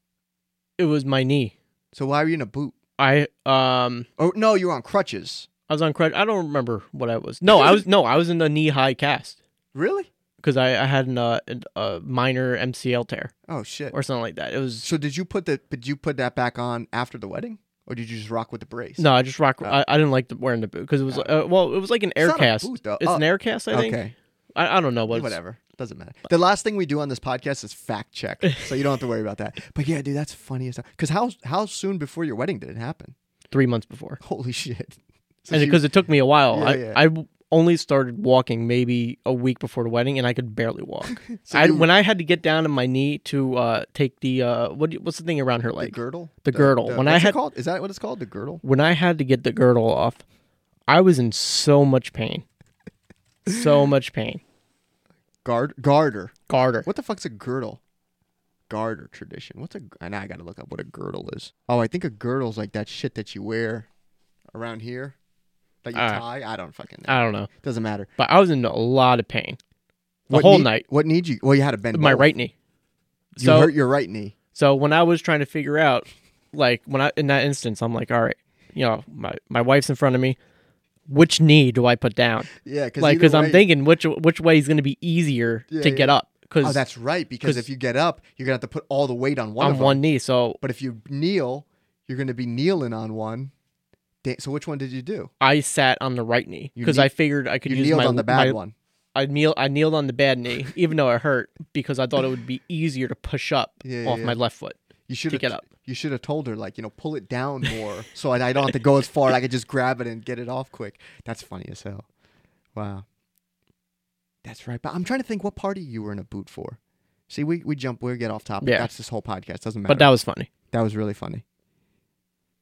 [SPEAKER 2] It was my knee.
[SPEAKER 3] So why were you in a boot?
[SPEAKER 2] I um
[SPEAKER 3] Oh no, you were on crutches.
[SPEAKER 2] I was on crutch. I don't remember what I was. No, I was no, I was in a knee high cast
[SPEAKER 3] Really?
[SPEAKER 2] because I, I had an, uh, an- a minor MCL tear
[SPEAKER 3] Oh shit.
[SPEAKER 2] or something like that. It was
[SPEAKER 3] So did you put the? Did you put that back on after the wedding, or did you just rock with the brace?
[SPEAKER 2] no, I just rock. I, I didn't like the, wearing the boot because it was uh, well, it was like an air
[SPEAKER 3] Uh. not a
[SPEAKER 2] cast.
[SPEAKER 3] boot, though.
[SPEAKER 2] It's an
[SPEAKER 3] Oh,
[SPEAKER 2] air cast, I think.
[SPEAKER 3] Okay.
[SPEAKER 2] I, I don't know what. it's-
[SPEAKER 3] Whatever. Doesn't matter. The last thing we do on this podcast is fact check, so you don't have to worry about that. But yeah, dude, that's funny as Because how how soon before your wedding did it happen?
[SPEAKER 2] Three months before,
[SPEAKER 3] Holy shit! So
[SPEAKER 2] and
[SPEAKER 3] she-
[SPEAKER 2] because it took me a while,
[SPEAKER 3] Yeah,
[SPEAKER 2] I,
[SPEAKER 3] yeah.
[SPEAKER 2] I only started walking maybe a week before the wedding, and I could barely walk. I,
[SPEAKER 3] you-
[SPEAKER 2] when I had to get down on my knee to uh, take the uh, what do you- what's the thing around her
[SPEAKER 3] the
[SPEAKER 2] leg?
[SPEAKER 3] girdle,
[SPEAKER 2] the girdle. When I
[SPEAKER 3] what's it
[SPEAKER 2] had-
[SPEAKER 3] called? is that what it's called? The girdle.
[SPEAKER 2] when I had to get the girdle off, I was in so much pain. So much pain.
[SPEAKER 3] Guard garter.
[SPEAKER 2] Garter.
[SPEAKER 3] What the fuck's a girdle? Garter tradition. What's a? And I gotta look up what a girdle is. Oh, I think a girdle's like that shit that you wear around here, that you
[SPEAKER 2] Uh,
[SPEAKER 3] tie. I don't fucking know.
[SPEAKER 2] I don't know.
[SPEAKER 3] Doesn't matter.
[SPEAKER 2] But I was in a lot of pain. The
[SPEAKER 3] What
[SPEAKER 2] whole
[SPEAKER 3] knee-
[SPEAKER 2] night.
[SPEAKER 3] What need you? Well, you had to bend
[SPEAKER 2] My
[SPEAKER 3] both.
[SPEAKER 2] right knee.
[SPEAKER 3] You
[SPEAKER 2] So
[SPEAKER 3] hurt your right knee.
[SPEAKER 2] so when I was trying to figure out like when I in that instance I'm like, all right, you know, my, my wife's in front of me. Which knee do I put down?
[SPEAKER 3] Yeah, because
[SPEAKER 2] Like, because I'm thinking which which way is going to be easier
[SPEAKER 3] Yeah,
[SPEAKER 2] to
[SPEAKER 3] yeah.
[SPEAKER 2] get up?
[SPEAKER 3] Oh,
[SPEAKER 2] Because
[SPEAKER 3] that's right. Because
[SPEAKER 2] 'cause-
[SPEAKER 3] if you get up, you're gonna have to put all the weight on one.
[SPEAKER 2] on
[SPEAKER 3] of 'em.
[SPEAKER 2] one knee. So
[SPEAKER 3] But if you kneel, you're gonna be kneeling on one. Da- So which one did you do?
[SPEAKER 2] I sat on the right knee
[SPEAKER 3] You
[SPEAKER 2] because
[SPEAKER 3] knee-
[SPEAKER 2] I figured I could
[SPEAKER 3] You
[SPEAKER 2] use
[SPEAKER 3] kneeled
[SPEAKER 2] my,
[SPEAKER 3] on the
[SPEAKER 2] my
[SPEAKER 3] bad one.
[SPEAKER 2] I kneel I kneeled on the bad knee, even though it hurt, because I thought it would be easier to push up
[SPEAKER 3] Yeah, yeah,
[SPEAKER 2] off my
[SPEAKER 3] yeah.
[SPEAKER 2] left foot.
[SPEAKER 3] You should
[SPEAKER 2] to get up.
[SPEAKER 3] You should have told her like you know pull it down more so I, I don't have to go as far. I could just grab it and get it off quick. That's funny as hell. Wow. That's right. But I'm trying to think what party you were in a boot for. See, we we jump, we get off topic.
[SPEAKER 2] Yeah.
[SPEAKER 3] That's this whole podcast. Doesn't matter.
[SPEAKER 2] But that was funny.
[SPEAKER 3] That was really funny.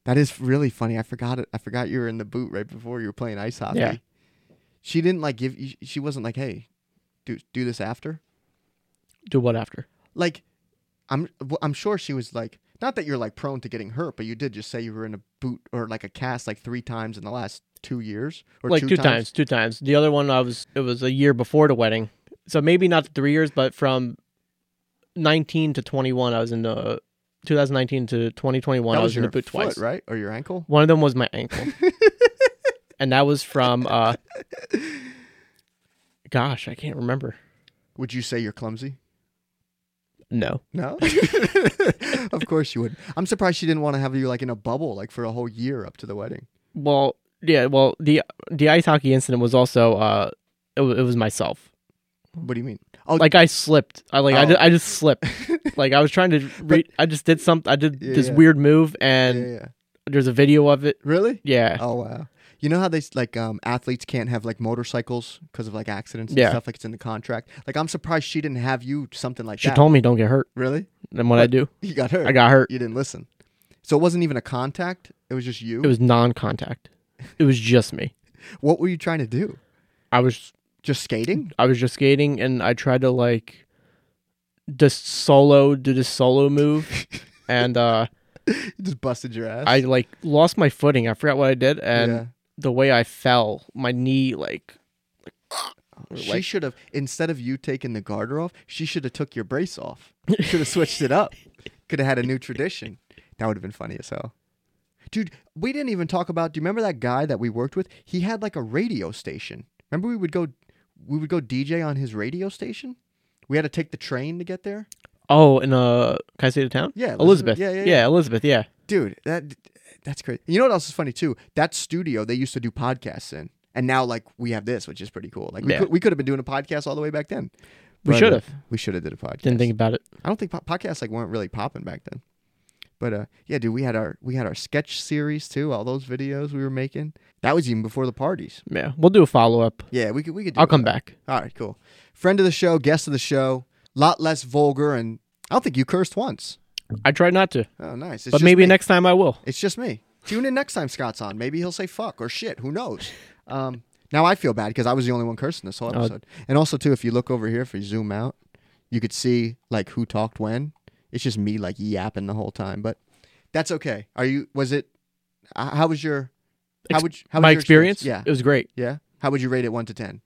[SPEAKER 3] That is really funny. I forgot it. I forgot you were in the boot right before you were playing ice hockey.
[SPEAKER 2] Yeah.
[SPEAKER 3] She didn't like give. you- She wasn't like, "Hey, do do this after."
[SPEAKER 2] Do what after?
[SPEAKER 3] Like, I'm well, I'm sure she was like, not that you're like prone to getting hurt, but you did just say you were in a boot or like a cast like three times in the last two years or
[SPEAKER 2] like two, times. two times. The other one I was it was a year before the wedding. So maybe not three years, but from nineteen to twenty one I was in the two thousand nineteen to twenty twenty one
[SPEAKER 3] That
[SPEAKER 2] I
[SPEAKER 3] was
[SPEAKER 2] was in
[SPEAKER 3] your
[SPEAKER 2] the boot
[SPEAKER 3] foot,
[SPEAKER 2] twice.
[SPEAKER 3] right? Or your ankle?
[SPEAKER 2] One of them was my ankle. and that was from uh gosh, I can't remember.
[SPEAKER 3] Would you say you're clumsy?
[SPEAKER 2] No.
[SPEAKER 3] No. of course you would. I'm surprised she didn't want to have you like in a bubble like for a whole year up to the wedding.
[SPEAKER 2] Well, yeah. Well, the the ice hockey incident was also uh, it, wa- it was myself.
[SPEAKER 3] What do you mean? Oh,
[SPEAKER 2] Like I slipped. I like I,
[SPEAKER 3] Oh.
[SPEAKER 2] ju- I just slipped. like I was trying to re- I just did something. I did
[SPEAKER 3] Yeah,
[SPEAKER 2] this
[SPEAKER 3] yeah.
[SPEAKER 2] weird move,
[SPEAKER 3] yeah,
[SPEAKER 2] and
[SPEAKER 3] yeah, yeah.
[SPEAKER 2] there's a video of it.
[SPEAKER 3] Really?
[SPEAKER 2] Yeah.
[SPEAKER 3] Oh wow. You know how they s- like um, athletes can't have like motorcycles because of like accidents and
[SPEAKER 2] Yeah.
[SPEAKER 3] stuff like it's in the contract. Like I'm surprised she didn't have you something like
[SPEAKER 2] she
[SPEAKER 3] that.
[SPEAKER 2] told me don't get hurt.
[SPEAKER 3] really?
[SPEAKER 2] And what I do,
[SPEAKER 3] You got hurt.
[SPEAKER 2] I got hurt.
[SPEAKER 3] You didn't listen. So it wasn't even a contact. It was just you.
[SPEAKER 2] It was non-contact. It was just me.
[SPEAKER 3] what were you trying to do?
[SPEAKER 2] I was
[SPEAKER 3] Just skating?
[SPEAKER 2] I was just skating, and I tried to like just solo do this solo move, and uh,
[SPEAKER 3] You just busted your ass.
[SPEAKER 2] I like lost my footing. I forgot what I did, and.
[SPEAKER 3] Yeah.
[SPEAKER 2] the way I fell, my knee like
[SPEAKER 3] She
[SPEAKER 2] like-
[SPEAKER 3] should have instead of you taking the garter off, she should have took your brace off. Should have switched it up. Could have had a new tradition. That would have been funny as hell. Dude, we didn't even talk about. Do you remember that guy that we worked with? He had like a radio station. Remember we would go, we would go DJ on his radio station. We had to take the train to get there.
[SPEAKER 2] oh in uh can I say the town?
[SPEAKER 3] Yeah,
[SPEAKER 2] Elizabeth.
[SPEAKER 3] Elizabeth. Yeah, yeah,
[SPEAKER 2] yeah.
[SPEAKER 3] yeah.
[SPEAKER 2] Elizabeth. Yeah,
[SPEAKER 3] Dude, that that's crazy. You know what else is funny too? That studio they used to do podcasts in, and now like we have this, which is pretty cool. Like we
[SPEAKER 2] Yeah.
[SPEAKER 3] could, we could have been doing a podcast all the way back then.
[SPEAKER 2] We
[SPEAKER 3] But,
[SPEAKER 2] should
[SPEAKER 3] uh,
[SPEAKER 2] have.
[SPEAKER 3] We should have did a podcast.
[SPEAKER 2] Didn't think about it.
[SPEAKER 3] I don't think po- podcasts like weren't really popping back then. But uh, yeah, dude, we had our we had our sketch series too. All those videos we were making. That was even before the parties.
[SPEAKER 2] Yeah, we'll do a follow up.
[SPEAKER 3] Yeah, we could we could. Do
[SPEAKER 2] I'll
[SPEAKER 3] that.
[SPEAKER 2] come back.
[SPEAKER 3] All right, cool. Friend of the show, guest of the show, lot less vulgar, and I don't think you cursed once.
[SPEAKER 2] I try not to,
[SPEAKER 3] Oh, nice. It's
[SPEAKER 2] but
[SPEAKER 3] just
[SPEAKER 2] maybe
[SPEAKER 3] me.
[SPEAKER 2] next time I will.
[SPEAKER 3] It's just me. Tune in next time Scott's on. Maybe he'll say fuck or shit. Who knows? Um, now I feel bad because I was the only one cursing this whole
[SPEAKER 2] Oh.
[SPEAKER 3] episode. and also too, if you look over here, if you zoom out, you could see like who talked when. It's just me like yapping the whole time, but that's okay. Are you? Was it? h- How was your? How
[SPEAKER 2] Ex-
[SPEAKER 3] would you, how was
[SPEAKER 2] My
[SPEAKER 3] your
[SPEAKER 2] experience, it
[SPEAKER 3] Yeah,
[SPEAKER 2] was great.
[SPEAKER 3] yeah. How would you rate it one to ten?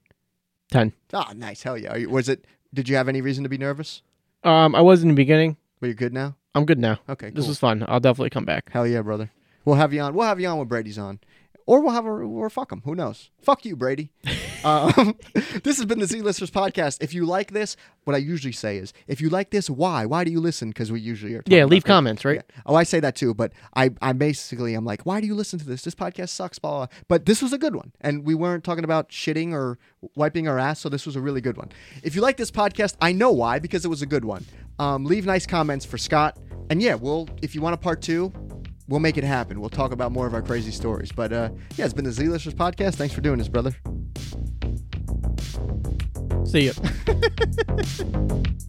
[SPEAKER 2] Ten.
[SPEAKER 3] Ah, nice. Hell yeah. Are you, was it? Did you have any reason to be nervous?
[SPEAKER 2] Um, I was in the beginning.
[SPEAKER 3] But you're good now.
[SPEAKER 2] I'm good now.
[SPEAKER 3] Okay.
[SPEAKER 2] This
[SPEAKER 3] cool.
[SPEAKER 2] was fun. I'll definitely come back.
[SPEAKER 3] Hell yeah, brother. We'll have you on. We'll have you on when Brady's on, or we'll have a or fuck him. Who knows? Fuck you, Brady. um, this has been the Z Listers podcast. If you like this, what I usually say is, if you like this, why? Why do you listen? Because we usually are. talking
[SPEAKER 2] Yeah, leave
[SPEAKER 3] about things.
[SPEAKER 2] comments, right?
[SPEAKER 3] Yeah. Oh, I say that too, but I, I basically I'm like, why do you listen to this? This podcast sucks, blah, blah, blah. But this was a good one, and we weren't talking about shitting or wiping our ass, so this was a really good one. If you like this podcast, I know why because it was a good one. Um, leave nice comments for Scott, and yeah, we'll if you want a part two, we'll make it happen. We'll talk about more of our crazy stories. But uh, yeah, it's been the Z Listers podcast. Thanks for doing this, brother.
[SPEAKER 2] See ya.